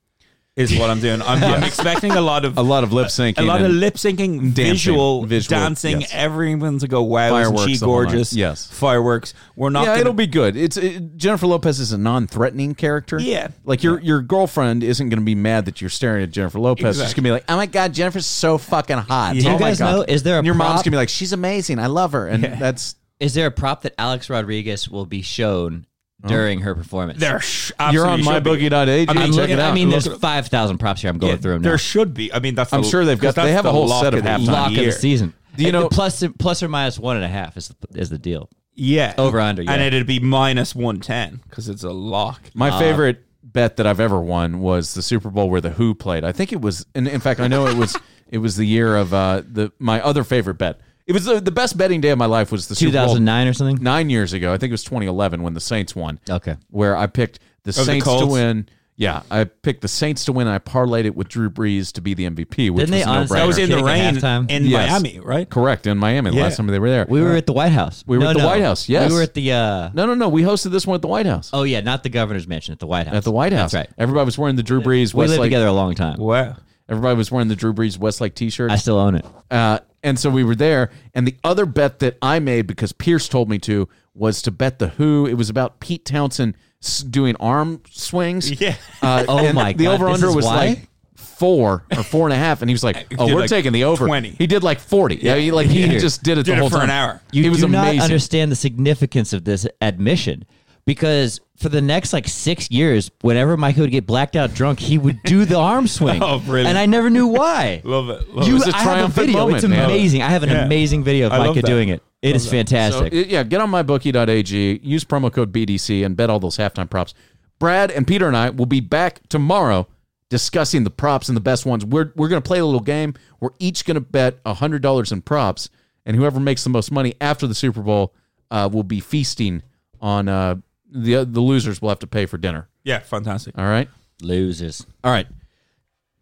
[SPEAKER 2] is what I'm doing. I'm, I'm expecting a lot of
[SPEAKER 1] <laughs> a lot of lip syncing,
[SPEAKER 2] a lot of
[SPEAKER 1] and-
[SPEAKER 2] lip syncing,
[SPEAKER 1] dancing,
[SPEAKER 2] visual,
[SPEAKER 1] visual,
[SPEAKER 2] dancing.
[SPEAKER 1] yes.
[SPEAKER 2] Everyone to go wow,
[SPEAKER 1] Fireworks
[SPEAKER 2] isn't she
[SPEAKER 1] the whole
[SPEAKER 2] gorgeous?
[SPEAKER 1] night. Yes.
[SPEAKER 2] fireworks. We're not.
[SPEAKER 1] yeah,
[SPEAKER 2] gonna,
[SPEAKER 1] it'll be good. It's it, Jennifer Lopez is a non-threatening character.
[SPEAKER 2] Yeah.
[SPEAKER 1] like your your girlfriend isn't going to be mad that you're staring at Jennifer Lopez. She's
[SPEAKER 2] Exactly.
[SPEAKER 1] going to be like, "Oh my god, Jennifer's so fucking hot."
[SPEAKER 3] Do
[SPEAKER 1] oh
[SPEAKER 3] you guys
[SPEAKER 1] my god.
[SPEAKER 3] know, is there a
[SPEAKER 1] and your mom's
[SPEAKER 3] prop-
[SPEAKER 1] going to be like, "She's amazing. I love her." And that's
[SPEAKER 3] Is there a prop that Alex Rodriguez will be shown during her performance?
[SPEAKER 2] Oh. There. Sh-
[SPEAKER 1] you're on
[SPEAKER 2] absolutely should be.
[SPEAKER 1] myboogie.ag.
[SPEAKER 2] I mean,
[SPEAKER 1] I
[SPEAKER 3] I'm
[SPEAKER 1] check
[SPEAKER 3] looking-
[SPEAKER 1] it out.
[SPEAKER 3] I mean,
[SPEAKER 2] Look
[SPEAKER 3] there's
[SPEAKER 2] it up.
[SPEAKER 3] 5,000 props here. I'm going
[SPEAKER 2] Yeah,
[SPEAKER 3] through them now.
[SPEAKER 2] there should be. I mean, that's.
[SPEAKER 1] I'm
[SPEAKER 2] the-
[SPEAKER 1] sure they've got-
[SPEAKER 2] that's
[SPEAKER 1] they have a
[SPEAKER 2] the
[SPEAKER 1] whole
[SPEAKER 2] lock
[SPEAKER 1] set of
[SPEAKER 2] the
[SPEAKER 1] halftime
[SPEAKER 3] Lock of
[SPEAKER 2] year.
[SPEAKER 3] the season.
[SPEAKER 1] Do you
[SPEAKER 3] Uh,
[SPEAKER 1] know-
[SPEAKER 3] plus plus or minus one and a half is the, is the deal.
[SPEAKER 2] Yeah.
[SPEAKER 3] Over, under,
[SPEAKER 2] And
[SPEAKER 3] yeah.
[SPEAKER 2] it'd be minus 110 because it's a lock.
[SPEAKER 1] My
[SPEAKER 3] Uh,
[SPEAKER 1] favorite bet that I've ever won was the Super Bowl where the Who played. I think it was, and in fact, I know it was. <laughs> it was the year of uh, the my other favorite bet. It was the, the best betting day of my life. Was the Super Bowl
[SPEAKER 3] 2009 or something.
[SPEAKER 1] nine years ago? I think it was 2011 when the Saints won.
[SPEAKER 3] Okay.
[SPEAKER 1] where I picked the Saints to
[SPEAKER 2] Colts?
[SPEAKER 1] win. Yeah, I picked the Saints to win. and I parlayed it with Drew Brees to be the MVP, which
[SPEAKER 3] Didn't they
[SPEAKER 1] was no
[SPEAKER 3] honestly-
[SPEAKER 1] brainer.
[SPEAKER 2] That was in the
[SPEAKER 3] Kick at
[SPEAKER 2] rain
[SPEAKER 3] halftime.
[SPEAKER 2] in
[SPEAKER 1] Yes.
[SPEAKER 2] Miami, right?
[SPEAKER 1] correct in Miami the
[SPEAKER 2] Yeah.
[SPEAKER 1] last time they were there.
[SPEAKER 3] We were at the White House.
[SPEAKER 1] Uh, We were
[SPEAKER 3] No,
[SPEAKER 1] at the
[SPEAKER 3] no.
[SPEAKER 1] White House, yes.
[SPEAKER 3] we were at the. Uh,
[SPEAKER 1] no, no, no. We hosted this one at the White House.
[SPEAKER 3] Oh yeah, not the governor's mansion at the White House.
[SPEAKER 1] At the White House,
[SPEAKER 3] That's right.
[SPEAKER 1] Everybody was wearing the Drew Brees.
[SPEAKER 3] We lived
[SPEAKER 1] Westlake-
[SPEAKER 3] together a long time.
[SPEAKER 2] Wow.
[SPEAKER 1] Everybody was wearing the Drew Brees Westlake T-shirt.
[SPEAKER 3] I still own it.
[SPEAKER 1] Uh, and so we were there. And the other bet that I made because Pierce told me to was to bet the Who. It was about Pete Townsend s- doing arm swings.
[SPEAKER 2] Yeah.
[SPEAKER 1] Uh,
[SPEAKER 3] <laughs> Oh
[SPEAKER 1] and
[SPEAKER 3] my
[SPEAKER 1] The
[SPEAKER 3] God,
[SPEAKER 1] over
[SPEAKER 3] this
[SPEAKER 1] under
[SPEAKER 3] is
[SPEAKER 1] was
[SPEAKER 3] why?
[SPEAKER 1] like four or four and a half, and he
[SPEAKER 2] <laughs>
[SPEAKER 1] was like, "Oh,
[SPEAKER 2] did
[SPEAKER 1] we're
[SPEAKER 2] like
[SPEAKER 1] taking the over."
[SPEAKER 2] 20.
[SPEAKER 1] He did like forty. Yeah, he, like he
[SPEAKER 3] Yeah.
[SPEAKER 1] just did it
[SPEAKER 2] Did
[SPEAKER 1] the
[SPEAKER 2] it
[SPEAKER 1] whole
[SPEAKER 2] for
[SPEAKER 1] time.
[SPEAKER 2] an hour.
[SPEAKER 3] You
[SPEAKER 1] it was
[SPEAKER 3] do
[SPEAKER 1] amazing.
[SPEAKER 3] not understand the significance of this admission because for the next like six years, whenever Mike would get blacked out drunk, he would do
[SPEAKER 1] <laughs>
[SPEAKER 3] the arm swing.
[SPEAKER 2] Oh, brilliant.
[SPEAKER 3] And I never knew why.
[SPEAKER 2] Love it. Love
[SPEAKER 3] you,
[SPEAKER 2] it.
[SPEAKER 1] was a
[SPEAKER 3] I have a
[SPEAKER 1] triumphant
[SPEAKER 3] video.
[SPEAKER 1] moment,
[SPEAKER 3] it's
[SPEAKER 1] man.
[SPEAKER 3] amazing. I have an
[SPEAKER 2] Yeah.
[SPEAKER 3] amazing video of
[SPEAKER 2] I love
[SPEAKER 3] Micah
[SPEAKER 2] that.
[SPEAKER 3] doing it. It is
[SPEAKER 1] So,
[SPEAKER 3] fantastic.
[SPEAKER 1] yeah, get on mybookie.ag, use promo code BDC, and bet all those halftime props. Brad and Peter and I will be back tomorrow discussing the props and the best ones. We're, we're going to play a little game. We're each going to bet $100 in props, and whoever makes the most money after the Super Bowl uh, will be feasting on uh, the, the losers will have to pay for dinner.
[SPEAKER 2] Yeah, fantastic.
[SPEAKER 1] All right?
[SPEAKER 3] Losers.
[SPEAKER 1] All right.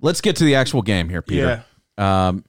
[SPEAKER 1] Let's get to the actual game here, Peter.
[SPEAKER 2] Yeah.
[SPEAKER 1] Um,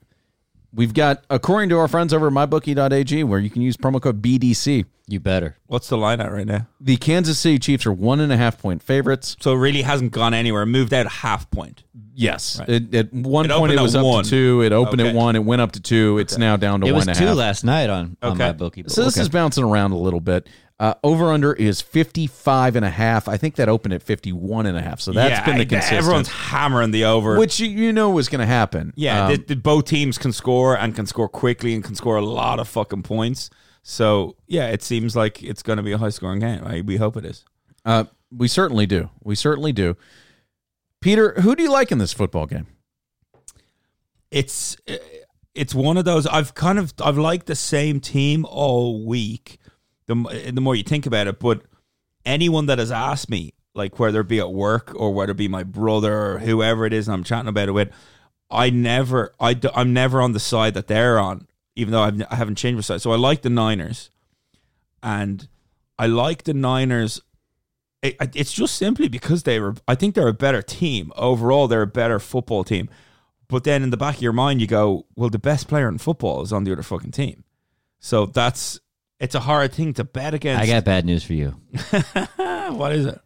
[SPEAKER 1] we've got, according to our friends over at mybookie.ag, where you can use promo code BDC.
[SPEAKER 3] You better.
[SPEAKER 2] What's the line at right now?
[SPEAKER 1] The Kansas City Chiefs are one and a half point favorites.
[SPEAKER 2] So it really hasn't gone anywhere. Moved out a half point.
[SPEAKER 1] Yes, it, at one
[SPEAKER 2] It
[SPEAKER 1] point
[SPEAKER 2] opened
[SPEAKER 1] it
[SPEAKER 2] at
[SPEAKER 1] was up
[SPEAKER 2] one.
[SPEAKER 1] to two. It opened at
[SPEAKER 2] Okay.
[SPEAKER 1] one. It went up to two. It's now down to
[SPEAKER 3] It
[SPEAKER 1] one
[SPEAKER 3] was
[SPEAKER 1] and a half.
[SPEAKER 3] two last night on, on
[SPEAKER 2] Okay.
[SPEAKER 3] my bookie. but
[SPEAKER 1] So this
[SPEAKER 3] okay.
[SPEAKER 1] is bouncing around a little bit. Uh, over under is 55 and a half. I think that opened at 51 and a half. So that's
[SPEAKER 2] yeah,
[SPEAKER 1] been the
[SPEAKER 2] I-
[SPEAKER 1] consistent.
[SPEAKER 2] Everyone's hammering the over.
[SPEAKER 1] which you, you know was going to happen.
[SPEAKER 2] yeah,
[SPEAKER 1] Um,
[SPEAKER 2] the, the- both teams can score and can score quickly and can score a lot of fucking points. So yeah, it seems like it's going to be a high scoring game. Right? We hope it is.
[SPEAKER 1] uh, we certainly do. We certainly do. Peter, who do you like in this football game?
[SPEAKER 2] it's eh, it's one of those I've kind of I've liked the same team all week. The m- the more you think about it, but anyone that has asked me, like whether it be at work or whether it be my brother or whoever it is, and I'm chatting about it with, I never I d- I'm never on the side that they're on, even though I've, n- I haven't changed my side. So I like the Niners, and I like the Niners it, it- it's just simply because they were. I think they're a better team overall. They're a better football team. But then in the back of your mind, you go, "Well, the best player in football is on the other fucking team." So that's it's a hard thing to bet against. Ah,
[SPEAKER 3] I got bad news for you.
[SPEAKER 2] what is it?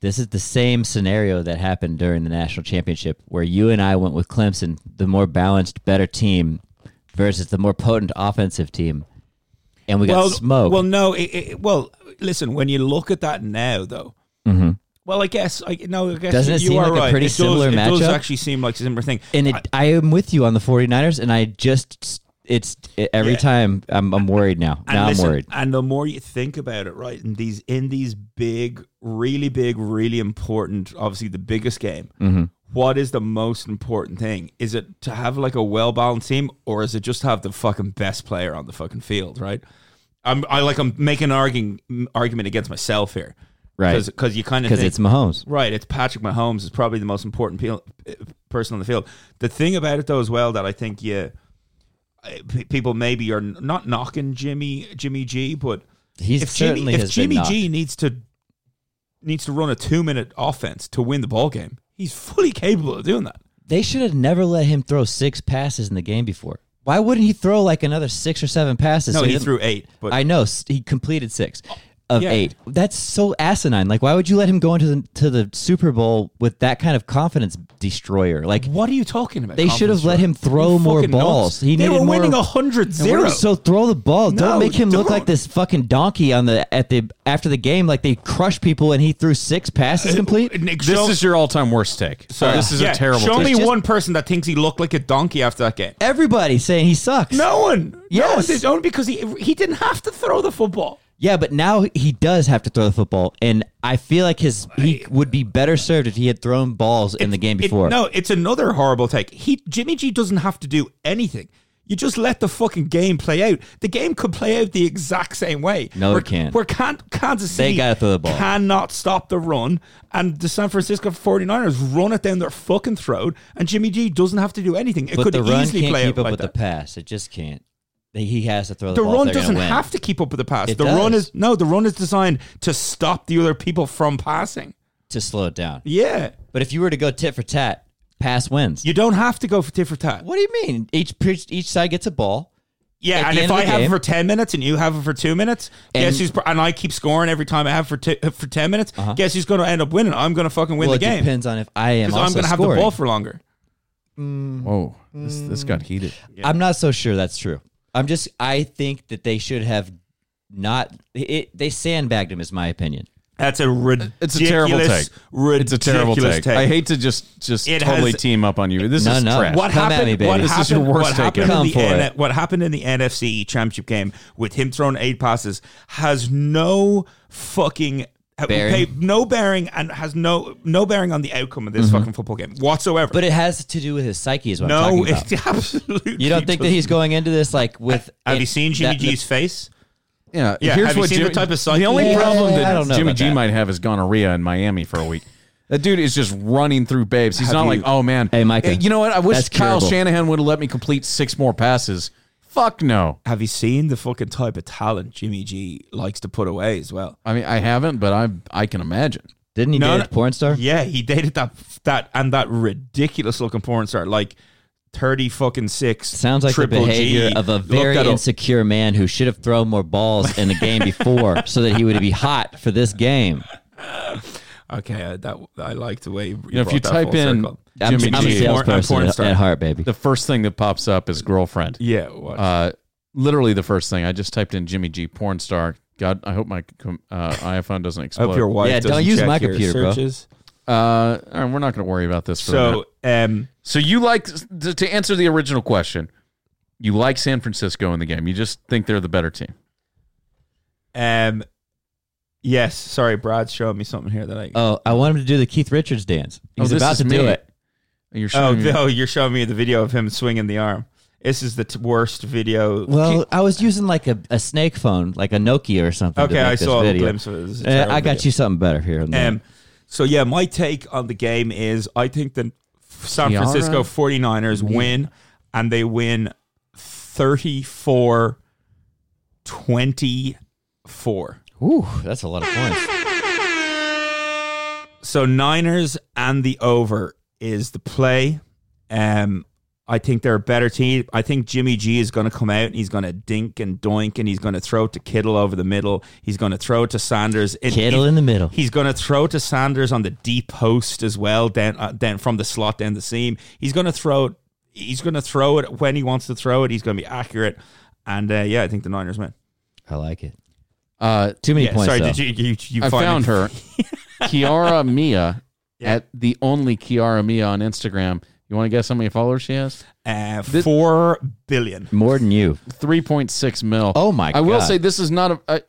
[SPEAKER 3] This is the same scenario that happened during the national championship where you and I went with Clemson, the more balanced, better team versus the more potent offensive team. And we got smoked.
[SPEAKER 2] Well, no. It, it, well, listen. When you look at that now, though. Well, I guess I no. I guess
[SPEAKER 3] Mm-hmm. Doesn't it
[SPEAKER 2] you
[SPEAKER 3] seem
[SPEAKER 2] are
[SPEAKER 3] like a
[SPEAKER 2] right.
[SPEAKER 3] pretty
[SPEAKER 2] it does,
[SPEAKER 3] similar
[SPEAKER 2] It does
[SPEAKER 3] matchup?
[SPEAKER 2] actually seem like a similar thing.
[SPEAKER 3] and it, I, am with you on the 49ers, and I just, it's every
[SPEAKER 2] Yeah.
[SPEAKER 3] time I'm, I'm worried now.
[SPEAKER 2] And
[SPEAKER 3] Now
[SPEAKER 2] listen,
[SPEAKER 3] I'm worried.
[SPEAKER 2] And the more you think about it, right, in these in these big, really big, really important, obviously the biggest game.
[SPEAKER 3] Mm-hmm.
[SPEAKER 2] what is the most important thing? Is it to have like a well balanced team, or is it just have the fucking best player on the fucking field? Right. I'm I like I'm making an arguing argument against myself here,
[SPEAKER 3] Right.
[SPEAKER 2] Because you kind of
[SPEAKER 3] Because it's Mahomes.
[SPEAKER 2] Right, it's Patrick Mahomes is probably the most important peel- person on the field. The thing about it though, as well, that I think yeah, p- people maybe are n- not knocking Jimmy Jimmy G, but
[SPEAKER 3] He's
[SPEAKER 2] if
[SPEAKER 3] certainly
[SPEAKER 2] Jimmy if
[SPEAKER 3] has
[SPEAKER 2] Jimmy
[SPEAKER 3] been knocked.
[SPEAKER 2] G needs to needs to run a two minute offense to win the ball game, he's fully capable of doing that.
[SPEAKER 3] They should have never let him throw six passes in the game before. Why wouldn't he throw like another six or seven passes?
[SPEAKER 2] No,
[SPEAKER 3] So
[SPEAKER 2] he
[SPEAKER 3] didn't-
[SPEAKER 2] threw eight, but
[SPEAKER 3] I know s- he completed six of
[SPEAKER 2] Yeah.
[SPEAKER 3] eight. That's so asinine. Like, why would you let him go into the to the Super Bowl with that kind of confidence destroyer? Like,
[SPEAKER 2] what are you talking about?
[SPEAKER 3] They should have
[SPEAKER 2] confidence,
[SPEAKER 3] let
[SPEAKER 2] Jordan?
[SPEAKER 3] him throw
[SPEAKER 2] You
[SPEAKER 3] more
[SPEAKER 2] fucking nuts.
[SPEAKER 3] balls. He
[SPEAKER 2] they
[SPEAKER 3] needed
[SPEAKER 2] were
[SPEAKER 3] more-
[SPEAKER 2] winning 100 0.
[SPEAKER 3] so throw the ball.
[SPEAKER 2] No,
[SPEAKER 3] don't make him look
[SPEAKER 2] don't.
[SPEAKER 3] like this fucking donkey on the at the after the game. Like they crushed people and he threw six
[SPEAKER 2] Uh,
[SPEAKER 3] passes complete.
[SPEAKER 1] This is your all-time worst take. So this is
[SPEAKER 2] Yeah,
[SPEAKER 1] a terrible.
[SPEAKER 2] Show
[SPEAKER 1] take.
[SPEAKER 2] me
[SPEAKER 3] Just-
[SPEAKER 2] one person that thinks he looked like a donkey after that game.
[SPEAKER 3] Everybody saying he sucks.
[SPEAKER 2] No one. No one
[SPEAKER 3] Yes.
[SPEAKER 2] did. Only because he he didn't have to throw the football.
[SPEAKER 3] Yeah, but now he does have to throw the football, and I feel like his he would be better served if he had thrown balls in the game
[SPEAKER 2] It-
[SPEAKER 3] before.
[SPEAKER 2] no, it's another horrible take. He Jimmy G doesn't have to do anything. You just let the fucking game play out. The game could play out the exact same way.
[SPEAKER 3] No, it
[SPEAKER 2] where,
[SPEAKER 3] can't.
[SPEAKER 2] Where can, Kansas
[SPEAKER 3] They
[SPEAKER 2] City
[SPEAKER 3] gotta throw the ball.
[SPEAKER 2] cannot stop the run, and the San Francisco 49ers run it down their fucking throat, and Jimmy G doesn't have to do anything. It
[SPEAKER 3] but
[SPEAKER 2] could
[SPEAKER 3] the run
[SPEAKER 2] easily
[SPEAKER 3] can't
[SPEAKER 2] play
[SPEAKER 3] keep
[SPEAKER 2] out
[SPEAKER 3] up
[SPEAKER 2] like
[SPEAKER 3] with
[SPEAKER 2] that.
[SPEAKER 3] the pass. It just can't. He has to throw the,
[SPEAKER 2] The
[SPEAKER 3] ball.
[SPEAKER 2] run
[SPEAKER 3] if they're gonna
[SPEAKER 2] doesn't
[SPEAKER 3] win.
[SPEAKER 2] have to keep up with the pass.
[SPEAKER 3] It
[SPEAKER 2] the run
[SPEAKER 3] does.
[SPEAKER 2] is no, the run is designed to stop the other people from passing.
[SPEAKER 3] to slow it down.
[SPEAKER 2] Yeah,
[SPEAKER 3] But if you were to go tit for tat, pass wins.
[SPEAKER 2] you don't have to go for tit for tat.
[SPEAKER 3] what do you mean? Each per- each side gets a ball.
[SPEAKER 2] Yeah,
[SPEAKER 3] At
[SPEAKER 2] and
[SPEAKER 3] the
[SPEAKER 2] if
[SPEAKER 3] end of
[SPEAKER 2] I
[SPEAKER 3] the
[SPEAKER 2] have it
[SPEAKER 3] game-
[SPEAKER 2] for ten minutes and you have it for two minutes, guess
[SPEAKER 3] And- Uh-huh.
[SPEAKER 2] who's? And I keep scoring every time I have for t- for ten minutes. Guess who's going to end up winning? I'm going to fucking win
[SPEAKER 3] well,
[SPEAKER 2] the game
[SPEAKER 3] it depends on if I am
[SPEAKER 2] because I'm
[SPEAKER 3] also
[SPEAKER 2] going to have the
[SPEAKER 3] scoring.
[SPEAKER 2] ball for longer.
[SPEAKER 1] Whoa, this, this got heated.
[SPEAKER 3] I'm not so sure that's true. I'm just I think that they should have not. It, they sandbagged him, is my opinion.
[SPEAKER 2] That's a ridiculous.
[SPEAKER 1] It's a terrible take. It's a terrible
[SPEAKER 2] ridiculous
[SPEAKER 1] take. I hate to just just
[SPEAKER 2] It
[SPEAKER 1] totally
[SPEAKER 2] has-
[SPEAKER 1] team up on you. This
[SPEAKER 3] No,
[SPEAKER 1] is
[SPEAKER 3] no.
[SPEAKER 1] trash.
[SPEAKER 2] What
[SPEAKER 3] Come at
[SPEAKER 2] happened?
[SPEAKER 3] me, baby.
[SPEAKER 2] What
[SPEAKER 3] This
[SPEAKER 1] is your
[SPEAKER 2] happened-
[SPEAKER 1] worst
[SPEAKER 2] what
[SPEAKER 1] take
[SPEAKER 2] happened
[SPEAKER 3] ever.
[SPEAKER 2] in
[SPEAKER 3] Come
[SPEAKER 2] the
[SPEAKER 3] for
[SPEAKER 2] N-
[SPEAKER 3] it.
[SPEAKER 2] What happened in the NFC Championship game with him throwing eight passes has no fucking ha-
[SPEAKER 3] Bearing.
[SPEAKER 2] pa- no bearing, and has no no bearing on the outcome of this
[SPEAKER 3] Mm-hmm.
[SPEAKER 2] fucking football game whatsoever.
[SPEAKER 3] But it has to do with his psyche, is what I'm
[SPEAKER 2] no,
[SPEAKER 3] talking about.
[SPEAKER 2] it's <laughs> absolutely.
[SPEAKER 3] You don't think that he's
[SPEAKER 2] doesn't.
[SPEAKER 3] going into this like with?
[SPEAKER 2] Have
[SPEAKER 3] it-
[SPEAKER 2] you seen Jimmy
[SPEAKER 3] that-
[SPEAKER 2] G's face?
[SPEAKER 1] Yeah,
[SPEAKER 2] Yeah,
[SPEAKER 1] here's
[SPEAKER 2] have you
[SPEAKER 1] what
[SPEAKER 2] seen
[SPEAKER 1] Jimmy,
[SPEAKER 2] the type of psyche
[SPEAKER 1] the only
[SPEAKER 2] he has?
[SPEAKER 1] problem
[SPEAKER 3] Yeah, I
[SPEAKER 1] that
[SPEAKER 3] don't know
[SPEAKER 1] Jimmy
[SPEAKER 3] about
[SPEAKER 1] G
[SPEAKER 3] that.
[SPEAKER 1] might have is gonorrhea in Miami for a week. That dude is just running through babes. He's
[SPEAKER 2] Have
[SPEAKER 1] not
[SPEAKER 2] you-
[SPEAKER 1] like, oh man,
[SPEAKER 3] Hey, Micah,
[SPEAKER 1] Uh, You know what? I wish
[SPEAKER 3] that's
[SPEAKER 1] Kyle
[SPEAKER 3] curable.
[SPEAKER 1] Shanahan would have let me complete six more passes. Fuck no.
[SPEAKER 2] Have you seen the fucking type of talent Jimmy G likes to put away as well?
[SPEAKER 1] I mean, I haven't, but I I can imagine.
[SPEAKER 3] Didn't he
[SPEAKER 2] No,
[SPEAKER 3] date
[SPEAKER 2] no.
[SPEAKER 3] a porn star?
[SPEAKER 2] Yeah, he dated that that and that ridiculous looking porn star, like thirty fucking six.
[SPEAKER 3] Sounds like the
[SPEAKER 2] triple
[SPEAKER 3] behavior
[SPEAKER 2] G.
[SPEAKER 3] of a
[SPEAKER 2] Look
[SPEAKER 3] very
[SPEAKER 2] that up.
[SPEAKER 3] insecure man who should have thrown more balls in the game
[SPEAKER 2] <laughs>
[SPEAKER 3] before so that he would be hot for this game.
[SPEAKER 2] Okay, I, that I like the way you,
[SPEAKER 1] You know, if
[SPEAKER 2] brought
[SPEAKER 1] you
[SPEAKER 2] that
[SPEAKER 1] type
[SPEAKER 2] full
[SPEAKER 1] in
[SPEAKER 2] circle.
[SPEAKER 3] I'm,
[SPEAKER 1] Jimmy
[SPEAKER 3] I'm a
[SPEAKER 1] G,
[SPEAKER 2] sales- porn-
[SPEAKER 3] salesperson
[SPEAKER 2] porn
[SPEAKER 3] at,
[SPEAKER 2] star.
[SPEAKER 3] at heart, baby.
[SPEAKER 1] the first thing that pops up is girlfriend.
[SPEAKER 2] yeah, what?
[SPEAKER 1] Uh, literally the first thing. I just typed in Jimmy G porn star. God, I hope my com- uh, iPhone doesn't
[SPEAKER 2] I hope your
[SPEAKER 1] explode.
[SPEAKER 2] wife
[SPEAKER 3] Yeah, don't
[SPEAKER 2] doesn't
[SPEAKER 3] use
[SPEAKER 2] check
[SPEAKER 3] my
[SPEAKER 2] your
[SPEAKER 3] computer, bro.
[SPEAKER 2] searches.
[SPEAKER 1] Uh, all right, we're not going to worry about this. For so,
[SPEAKER 2] So, um,
[SPEAKER 1] so you like to, to answer the original question? You like San Francisco in the game? You just think they're the better team?
[SPEAKER 2] um, yes. Sorry, Brad's showing me something here that I.
[SPEAKER 3] Oh, I want him to do the Keith Richards dance. He's
[SPEAKER 1] Oh, this
[SPEAKER 3] about
[SPEAKER 1] is
[SPEAKER 3] to do
[SPEAKER 1] me.
[SPEAKER 3] it.
[SPEAKER 1] You're showing
[SPEAKER 2] oh,
[SPEAKER 1] me-
[SPEAKER 2] no, you're showing me the video of him swinging the arm. This is the t- worst video.
[SPEAKER 3] Well, I was using like a, a snake phone, like a Nokia or something. to
[SPEAKER 2] Okay,
[SPEAKER 3] make
[SPEAKER 2] I
[SPEAKER 3] this
[SPEAKER 2] saw a
[SPEAKER 3] video.
[SPEAKER 2] glimpse of it. This is a
[SPEAKER 3] Uh,
[SPEAKER 2] terrible
[SPEAKER 3] I got
[SPEAKER 2] video.
[SPEAKER 3] you something better here. in a minute.
[SPEAKER 2] Um, so yeah, my take on the game is I think the San
[SPEAKER 1] Tiara?
[SPEAKER 2] Francisco 49ers win and they win 34 24.
[SPEAKER 3] Ooh, that's a lot of points.
[SPEAKER 2] So Niners and the over is the play. Um, I think they're a better team. I think Jimmy G is going to come out and he's going to dink and doink and he's going to throw it to Kittle over the middle. He's going to throw it to Sanders. It-
[SPEAKER 3] Kittle
[SPEAKER 2] it-
[SPEAKER 3] in the middle.
[SPEAKER 2] He's going to throw to Sanders on the deep post as well, down, uh, down from the slot down the seam. He's going to throw. He's going to throw it when he wants to throw it. He's going to be accurate, and uh, yeah, I think the Niners win.
[SPEAKER 3] I like it.
[SPEAKER 1] Uh,
[SPEAKER 3] Too many
[SPEAKER 2] Yeah,
[SPEAKER 3] points.
[SPEAKER 2] sorry,
[SPEAKER 3] though.
[SPEAKER 2] did you? you, you
[SPEAKER 1] I
[SPEAKER 2] finally- <laughs>
[SPEAKER 1] found her, Kiara Mia,
[SPEAKER 2] Yeah.
[SPEAKER 1] at the only Kiara Mia on Instagram. You want to guess how many followers she has?
[SPEAKER 2] uh, four billion.
[SPEAKER 3] More than you.
[SPEAKER 1] Three point six mil.
[SPEAKER 3] Oh my
[SPEAKER 1] I will
[SPEAKER 3] God.
[SPEAKER 1] say this is not a. I,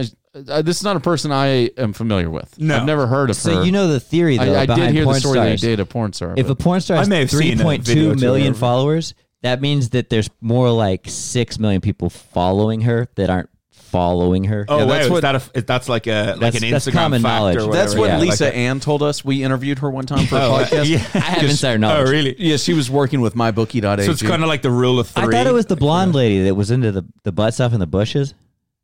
[SPEAKER 1] I, I, this is not a person I am familiar with.
[SPEAKER 2] No.
[SPEAKER 1] I've never heard of her.
[SPEAKER 3] So you know the theory though
[SPEAKER 1] I, I did
[SPEAKER 3] behind
[SPEAKER 1] hear the
[SPEAKER 3] porn
[SPEAKER 1] story
[SPEAKER 3] stars.
[SPEAKER 1] they date a porn star.
[SPEAKER 3] If a
[SPEAKER 1] but-
[SPEAKER 3] porn star has
[SPEAKER 2] I may have seen a
[SPEAKER 3] 3.2
[SPEAKER 2] video to
[SPEAKER 3] million
[SPEAKER 2] her.
[SPEAKER 3] followers, that means that there's more like 6 million people following her that aren't following her.
[SPEAKER 2] Oh,
[SPEAKER 1] Yeah,
[SPEAKER 2] wow,
[SPEAKER 1] that's
[SPEAKER 2] is
[SPEAKER 1] what-
[SPEAKER 2] that a, that's like a like
[SPEAKER 3] That's-
[SPEAKER 2] an
[SPEAKER 3] that's
[SPEAKER 2] Instagram
[SPEAKER 3] common
[SPEAKER 2] fact
[SPEAKER 3] knowledge.
[SPEAKER 2] or whatever.
[SPEAKER 1] that's what
[SPEAKER 3] yeah,
[SPEAKER 1] Lisa
[SPEAKER 2] like a-
[SPEAKER 1] Ann told us. We interviewed her one
[SPEAKER 3] <laughs>
[SPEAKER 1] time for a
[SPEAKER 3] Oh,
[SPEAKER 1] podcast.
[SPEAKER 2] yeah. <laughs>
[SPEAKER 3] I have insider knowledge.
[SPEAKER 2] Oh, really?
[SPEAKER 1] Yeah, she was working with mybookie.ag.
[SPEAKER 2] So it's kind of like the rule of three.
[SPEAKER 3] I thought it was the blonde lady that was into the, the butt stuff in the bushes.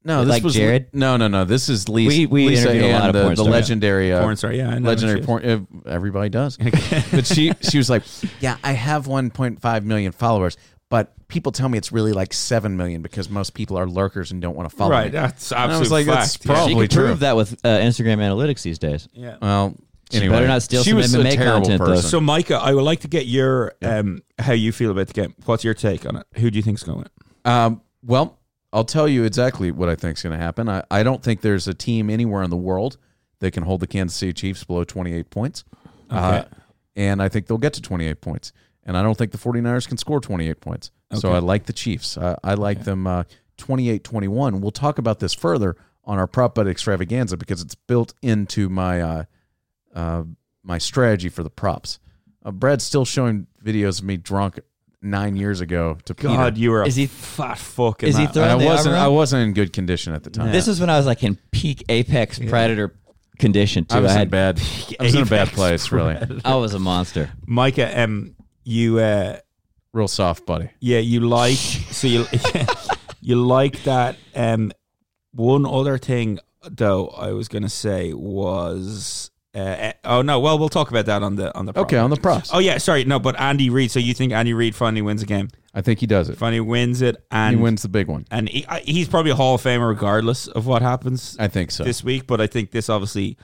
[SPEAKER 1] no, this
[SPEAKER 3] like
[SPEAKER 1] was
[SPEAKER 3] Jared?
[SPEAKER 1] No, no, no. This is Lisa.
[SPEAKER 3] We- we
[SPEAKER 1] Lisa
[SPEAKER 3] interviewed a lot
[SPEAKER 1] Ann,
[SPEAKER 3] of
[SPEAKER 1] the,
[SPEAKER 3] porn
[SPEAKER 1] the
[SPEAKER 3] stars.
[SPEAKER 1] legendary uh,
[SPEAKER 2] Porn star, yeah, I know who she
[SPEAKER 1] legendary
[SPEAKER 2] is.
[SPEAKER 1] porn. Uh, everybody does,
[SPEAKER 3] <laughs>
[SPEAKER 1] but she she was like, yeah, I have 1.5 million followers, but people tell me it's really like seven million because most people are lurkers and don't want to follow.
[SPEAKER 2] right.
[SPEAKER 1] me.
[SPEAKER 2] That's
[SPEAKER 1] I was
[SPEAKER 2] absolutely
[SPEAKER 1] like, that's
[SPEAKER 2] fact. yeah.
[SPEAKER 1] prob-
[SPEAKER 3] She
[SPEAKER 1] Probably
[SPEAKER 3] could
[SPEAKER 1] true.
[SPEAKER 3] prove that with uh, Instagram analytics these days.
[SPEAKER 2] Yeah.
[SPEAKER 1] Well, anyway,
[SPEAKER 3] better not steal
[SPEAKER 1] she
[SPEAKER 3] some
[SPEAKER 1] was a
[SPEAKER 3] MMA
[SPEAKER 1] terrible
[SPEAKER 3] content, though.
[SPEAKER 1] person.
[SPEAKER 2] So, Micah, I would like to get your um, how you feel about the game. What's your take on it? Who do you think's going to win?
[SPEAKER 1] Um, well, I'll tell you exactly what I think is going to happen. I, I don't think there's a team anywhere in the world that can hold the Kansas City Chiefs below 28 points. Uh, and I think they'll get to 28 points. And I don't think the 49ers can score 28 points. So I like the Chiefs. I, I like them uh, 28 21. We'll talk about this further on our prop bet extravaganza because it's built into my uh, uh, my strategy for the props. Uh, Brad's still showing videos of me drunk nine years ago to Peter.
[SPEAKER 2] God, you were a
[SPEAKER 3] Is he-
[SPEAKER 2] fat fucking
[SPEAKER 3] is he
[SPEAKER 2] man.
[SPEAKER 3] throwing-
[SPEAKER 1] I
[SPEAKER 3] the
[SPEAKER 1] wasn't.
[SPEAKER 3] arm
[SPEAKER 1] I
[SPEAKER 3] around?
[SPEAKER 1] wasn't in good condition at the time.
[SPEAKER 3] This was when I was like in peak apex predator condition too.
[SPEAKER 1] I was in <laughs>
[SPEAKER 3] had
[SPEAKER 1] bad. I was in a bad
[SPEAKER 2] Apex
[SPEAKER 1] place. Really,
[SPEAKER 3] I was a monster.
[SPEAKER 2] Micah, um, you uh,
[SPEAKER 1] real soft, buddy.
[SPEAKER 2] yeah, you
[SPEAKER 1] <laughs>
[SPEAKER 2] like so you <laughs> you like that. Um, one other thing though, I was going to say was uh, eh, oh no, well we'll talk about that on the on the prop.
[SPEAKER 1] Okay, on the props,
[SPEAKER 2] Oh yeah, sorry. No, but Andy Reid. So you think Andy Reid finally wins a game?
[SPEAKER 1] I think he does it.
[SPEAKER 2] Finally wins it, and
[SPEAKER 1] He wins the big one.
[SPEAKER 2] and he, I- he's probably a Hall of Famer regardless of what happens
[SPEAKER 1] I think so.
[SPEAKER 2] this week. But I think this obviously,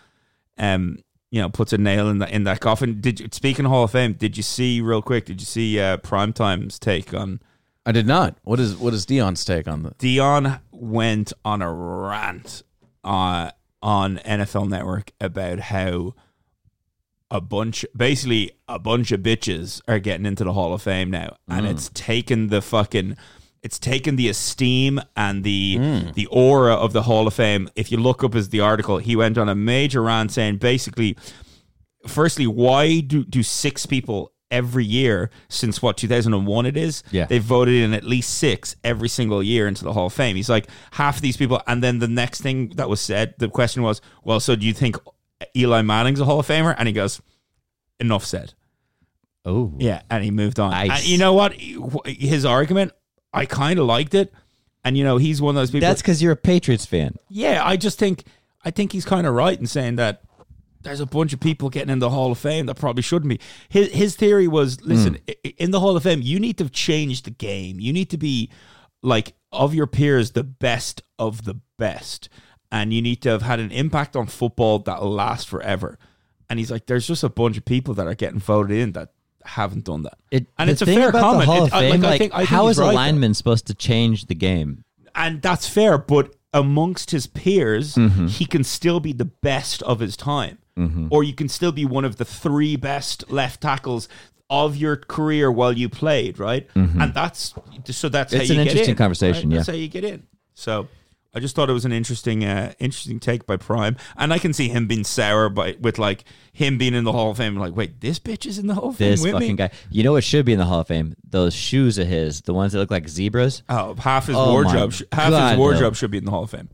[SPEAKER 2] um, you know, puts a nail in that in that coffin. Did you, speaking of Hall of Fame, did you see real quick? Did you see uh, Primetime's take on
[SPEAKER 1] I did not. What is what is Dion's take on the?
[SPEAKER 2] Dion went on a rant uh, on NFL Network about how a bunch, basically a bunch of bitches are getting into the Hall of Fame now, and it's taken the fucking, it's taken the esteem and the the aura of the Hall of Fame. If you look up as the article, he went on a major rant saying basically firstly, why do, do six people every year since what 2001 it is?
[SPEAKER 3] Yeah.
[SPEAKER 2] They've voted in at least six every single year into the Hall of Fame. He's like, half of these people. And then the next thing that was said, the question was, well, so do you think Eli Manning's a Hall of Famer? And he goes, enough said.
[SPEAKER 3] Oh,
[SPEAKER 2] Yeah. And he moved on.
[SPEAKER 3] Nice.
[SPEAKER 2] And you know what? His argument, I kind of liked it. And, you know, he's one of those people.
[SPEAKER 3] that's because you're a Patriots fan.
[SPEAKER 2] Yeah, I just think I think he's kind of right in saying that there's a bunch of people getting in the Hall of Fame that probably shouldn't be. His his theory was, listen, i i- in the Hall of Fame, you need to change the game. You need to be like of your peers, the best of the best, and you need to have had an impact on football that will last forever. And he's like, there's just a bunch of people that are getting voted in that haven't done that.
[SPEAKER 3] It,
[SPEAKER 2] and
[SPEAKER 3] the
[SPEAKER 2] it's a
[SPEAKER 3] thing
[SPEAKER 2] fair
[SPEAKER 3] about
[SPEAKER 2] comment.
[SPEAKER 3] The Hall
[SPEAKER 2] It-
[SPEAKER 3] of
[SPEAKER 2] I-
[SPEAKER 3] Fame,
[SPEAKER 2] like, I
[SPEAKER 3] like,
[SPEAKER 2] think- I think
[SPEAKER 3] how
[SPEAKER 2] he's
[SPEAKER 3] is a
[SPEAKER 2] right, though.
[SPEAKER 3] lineman supposed to change the game?
[SPEAKER 2] and that's fair. But amongst his peers,
[SPEAKER 3] Mm-hmm.
[SPEAKER 2] he can still be the best of his time, or you can still be one of the three best left tackles of your career while you played, right? And that's so that's
[SPEAKER 3] Mm-hmm. It's
[SPEAKER 2] how
[SPEAKER 3] an
[SPEAKER 2] you get
[SPEAKER 3] interesting
[SPEAKER 2] in,
[SPEAKER 3] conversation,
[SPEAKER 2] right? That's
[SPEAKER 3] yeah.
[SPEAKER 2] how you get in. So. I just thought it was an interesting, uh, interesting take by Prime, and I can see him being sour by with like him being in the Hall of Fame. Like, wait, this bitch is in the Hall of Fame
[SPEAKER 3] This
[SPEAKER 2] with
[SPEAKER 3] fucking
[SPEAKER 2] me.
[SPEAKER 3] guy. You know what should be in the Hall of Fame? Those shoes of his, the ones that look like zebras.
[SPEAKER 2] Oh, half his
[SPEAKER 3] Oh my
[SPEAKER 2] wardrobe, sh- half
[SPEAKER 3] God,
[SPEAKER 2] his wardrobe
[SPEAKER 3] no.
[SPEAKER 2] should be in the Hall of Fame.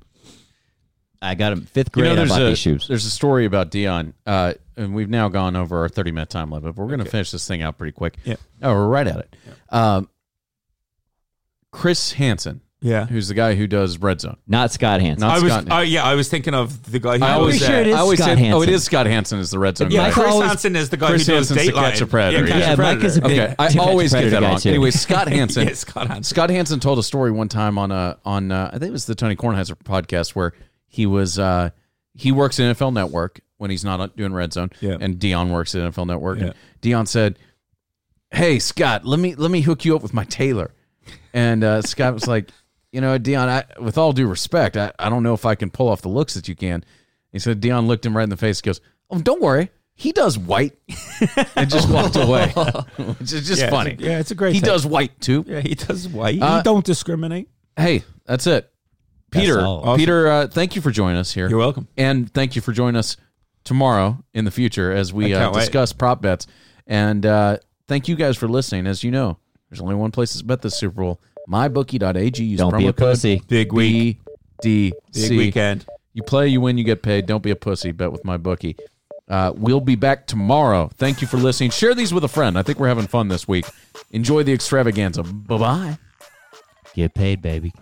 [SPEAKER 3] I got them fifth grade. I
[SPEAKER 1] there's
[SPEAKER 3] bought
[SPEAKER 1] a
[SPEAKER 3] these shoes.
[SPEAKER 1] there's a story about Dion, uh, and we've now gone over our 30 minute time limit, but we're going to finish this thing out pretty quick.
[SPEAKER 2] Yeah.
[SPEAKER 1] Oh, we're right at it. Um, Chris Hansen
[SPEAKER 2] Yeah.
[SPEAKER 1] who's the guy who does Red Zone.
[SPEAKER 3] Not Scott Hansen.
[SPEAKER 1] Not-
[SPEAKER 2] I was,
[SPEAKER 1] Scott-
[SPEAKER 2] uh, yeah, I was thinking of the guy who
[SPEAKER 1] I
[SPEAKER 2] does
[SPEAKER 1] always
[SPEAKER 3] pretty sure
[SPEAKER 2] that.
[SPEAKER 3] it is
[SPEAKER 1] I always
[SPEAKER 3] Scott
[SPEAKER 1] said, oh, it
[SPEAKER 3] Hansen.
[SPEAKER 1] is Scott Hansen is the Red Zone
[SPEAKER 2] Yeah,
[SPEAKER 1] guy.
[SPEAKER 3] Mike
[SPEAKER 2] Chris
[SPEAKER 3] always-
[SPEAKER 2] Hansen is the guy
[SPEAKER 1] Chris
[SPEAKER 2] who does
[SPEAKER 1] Hansen's the
[SPEAKER 2] Dateline.
[SPEAKER 1] catch a predator,
[SPEAKER 2] Yeah,
[SPEAKER 1] yeah.
[SPEAKER 2] Catch
[SPEAKER 3] Yeah,
[SPEAKER 2] a
[SPEAKER 3] Mike
[SPEAKER 2] Predator.
[SPEAKER 3] is a big-
[SPEAKER 1] Okay, I
[SPEAKER 3] Catch a
[SPEAKER 1] always get
[SPEAKER 3] Predator
[SPEAKER 1] that
[SPEAKER 3] guy,
[SPEAKER 1] wrong.
[SPEAKER 3] too.
[SPEAKER 2] <laughs>
[SPEAKER 1] Anyway,
[SPEAKER 3] <laughs>
[SPEAKER 1] Scott Hansen.
[SPEAKER 2] Yeah, Scott Hansen.
[SPEAKER 1] Scott Hansen told a story one time on a on uh, I think it was the Tony Kornheiser podcast where he was uh, he works in NFL Network when he's not doing Red Zone,
[SPEAKER 2] Yeah.
[SPEAKER 1] and Dion works in NFL Network,
[SPEAKER 2] Yeah.
[SPEAKER 1] and Dion said, "Hey Scott, let me let me hook you up with my tailor," and uh, Scott was like, "You know, Dion, I, with all due respect, I, I don't know if I can pull off the looks that you can." He said Dion looked him right in the face, goes, "Oh, don't worry." He does white <laughs> and just
[SPEAKER 2] <laughs>
[SPEAKER 1] walked away, which is just
[SPEAKER 2] Yeah, it's a-
[SPEAKER 1] funny.
[SPEAKER 2] yeah, it's a great
[SPEAKER 1] He
[SPEAKER 2] take.
[SPEAKER 1] does white too
[SPEAKER 2] Yeah, he does white.
[SPEAKER 1] Uh,
[SPEAKER 2] he don't discriminate.
[SPEAKER 1] hey, that's it. Peter,
[SPEAKER 3] all. Awesome.
[SPEAKER 1] Peter, uh, thank you for joining us here.
[SPEAKER 2] You're welcome.
[SPEAKER 1] And thank you for joining us tomorrow in the future as we
[SPEAKER 2] I
[SPEAKER 1] uh,
[SPEAKER 2] can't wait.
[SPEAKER 1] discuss prop bets. And uh, thank you guys for listening. As you know, there's only one place to bet this Super Bowl. MyBookie.ag. Use
[SPEAKER 3] Don't
[SPEAKER 1] promo
[SPEAKER 3] be a
[SPEAKER 1] code
[SPEAKER 3] pussy.
[SPEAKER 2] Big week.
[SPEAKER 1] BDC.
[SPEAKER 2] Big weekend.
[SPEAKER 1] You play, you win, you get paid. Don't be a pussy. Bet with my bookie. Uh, we'll be back tomorrow. Thank you for listening. Share these with a friend. I think we're having fun this week. Enjoy the extravaganza. Bye bye.
[SPEAKER 3] Get paid, baby.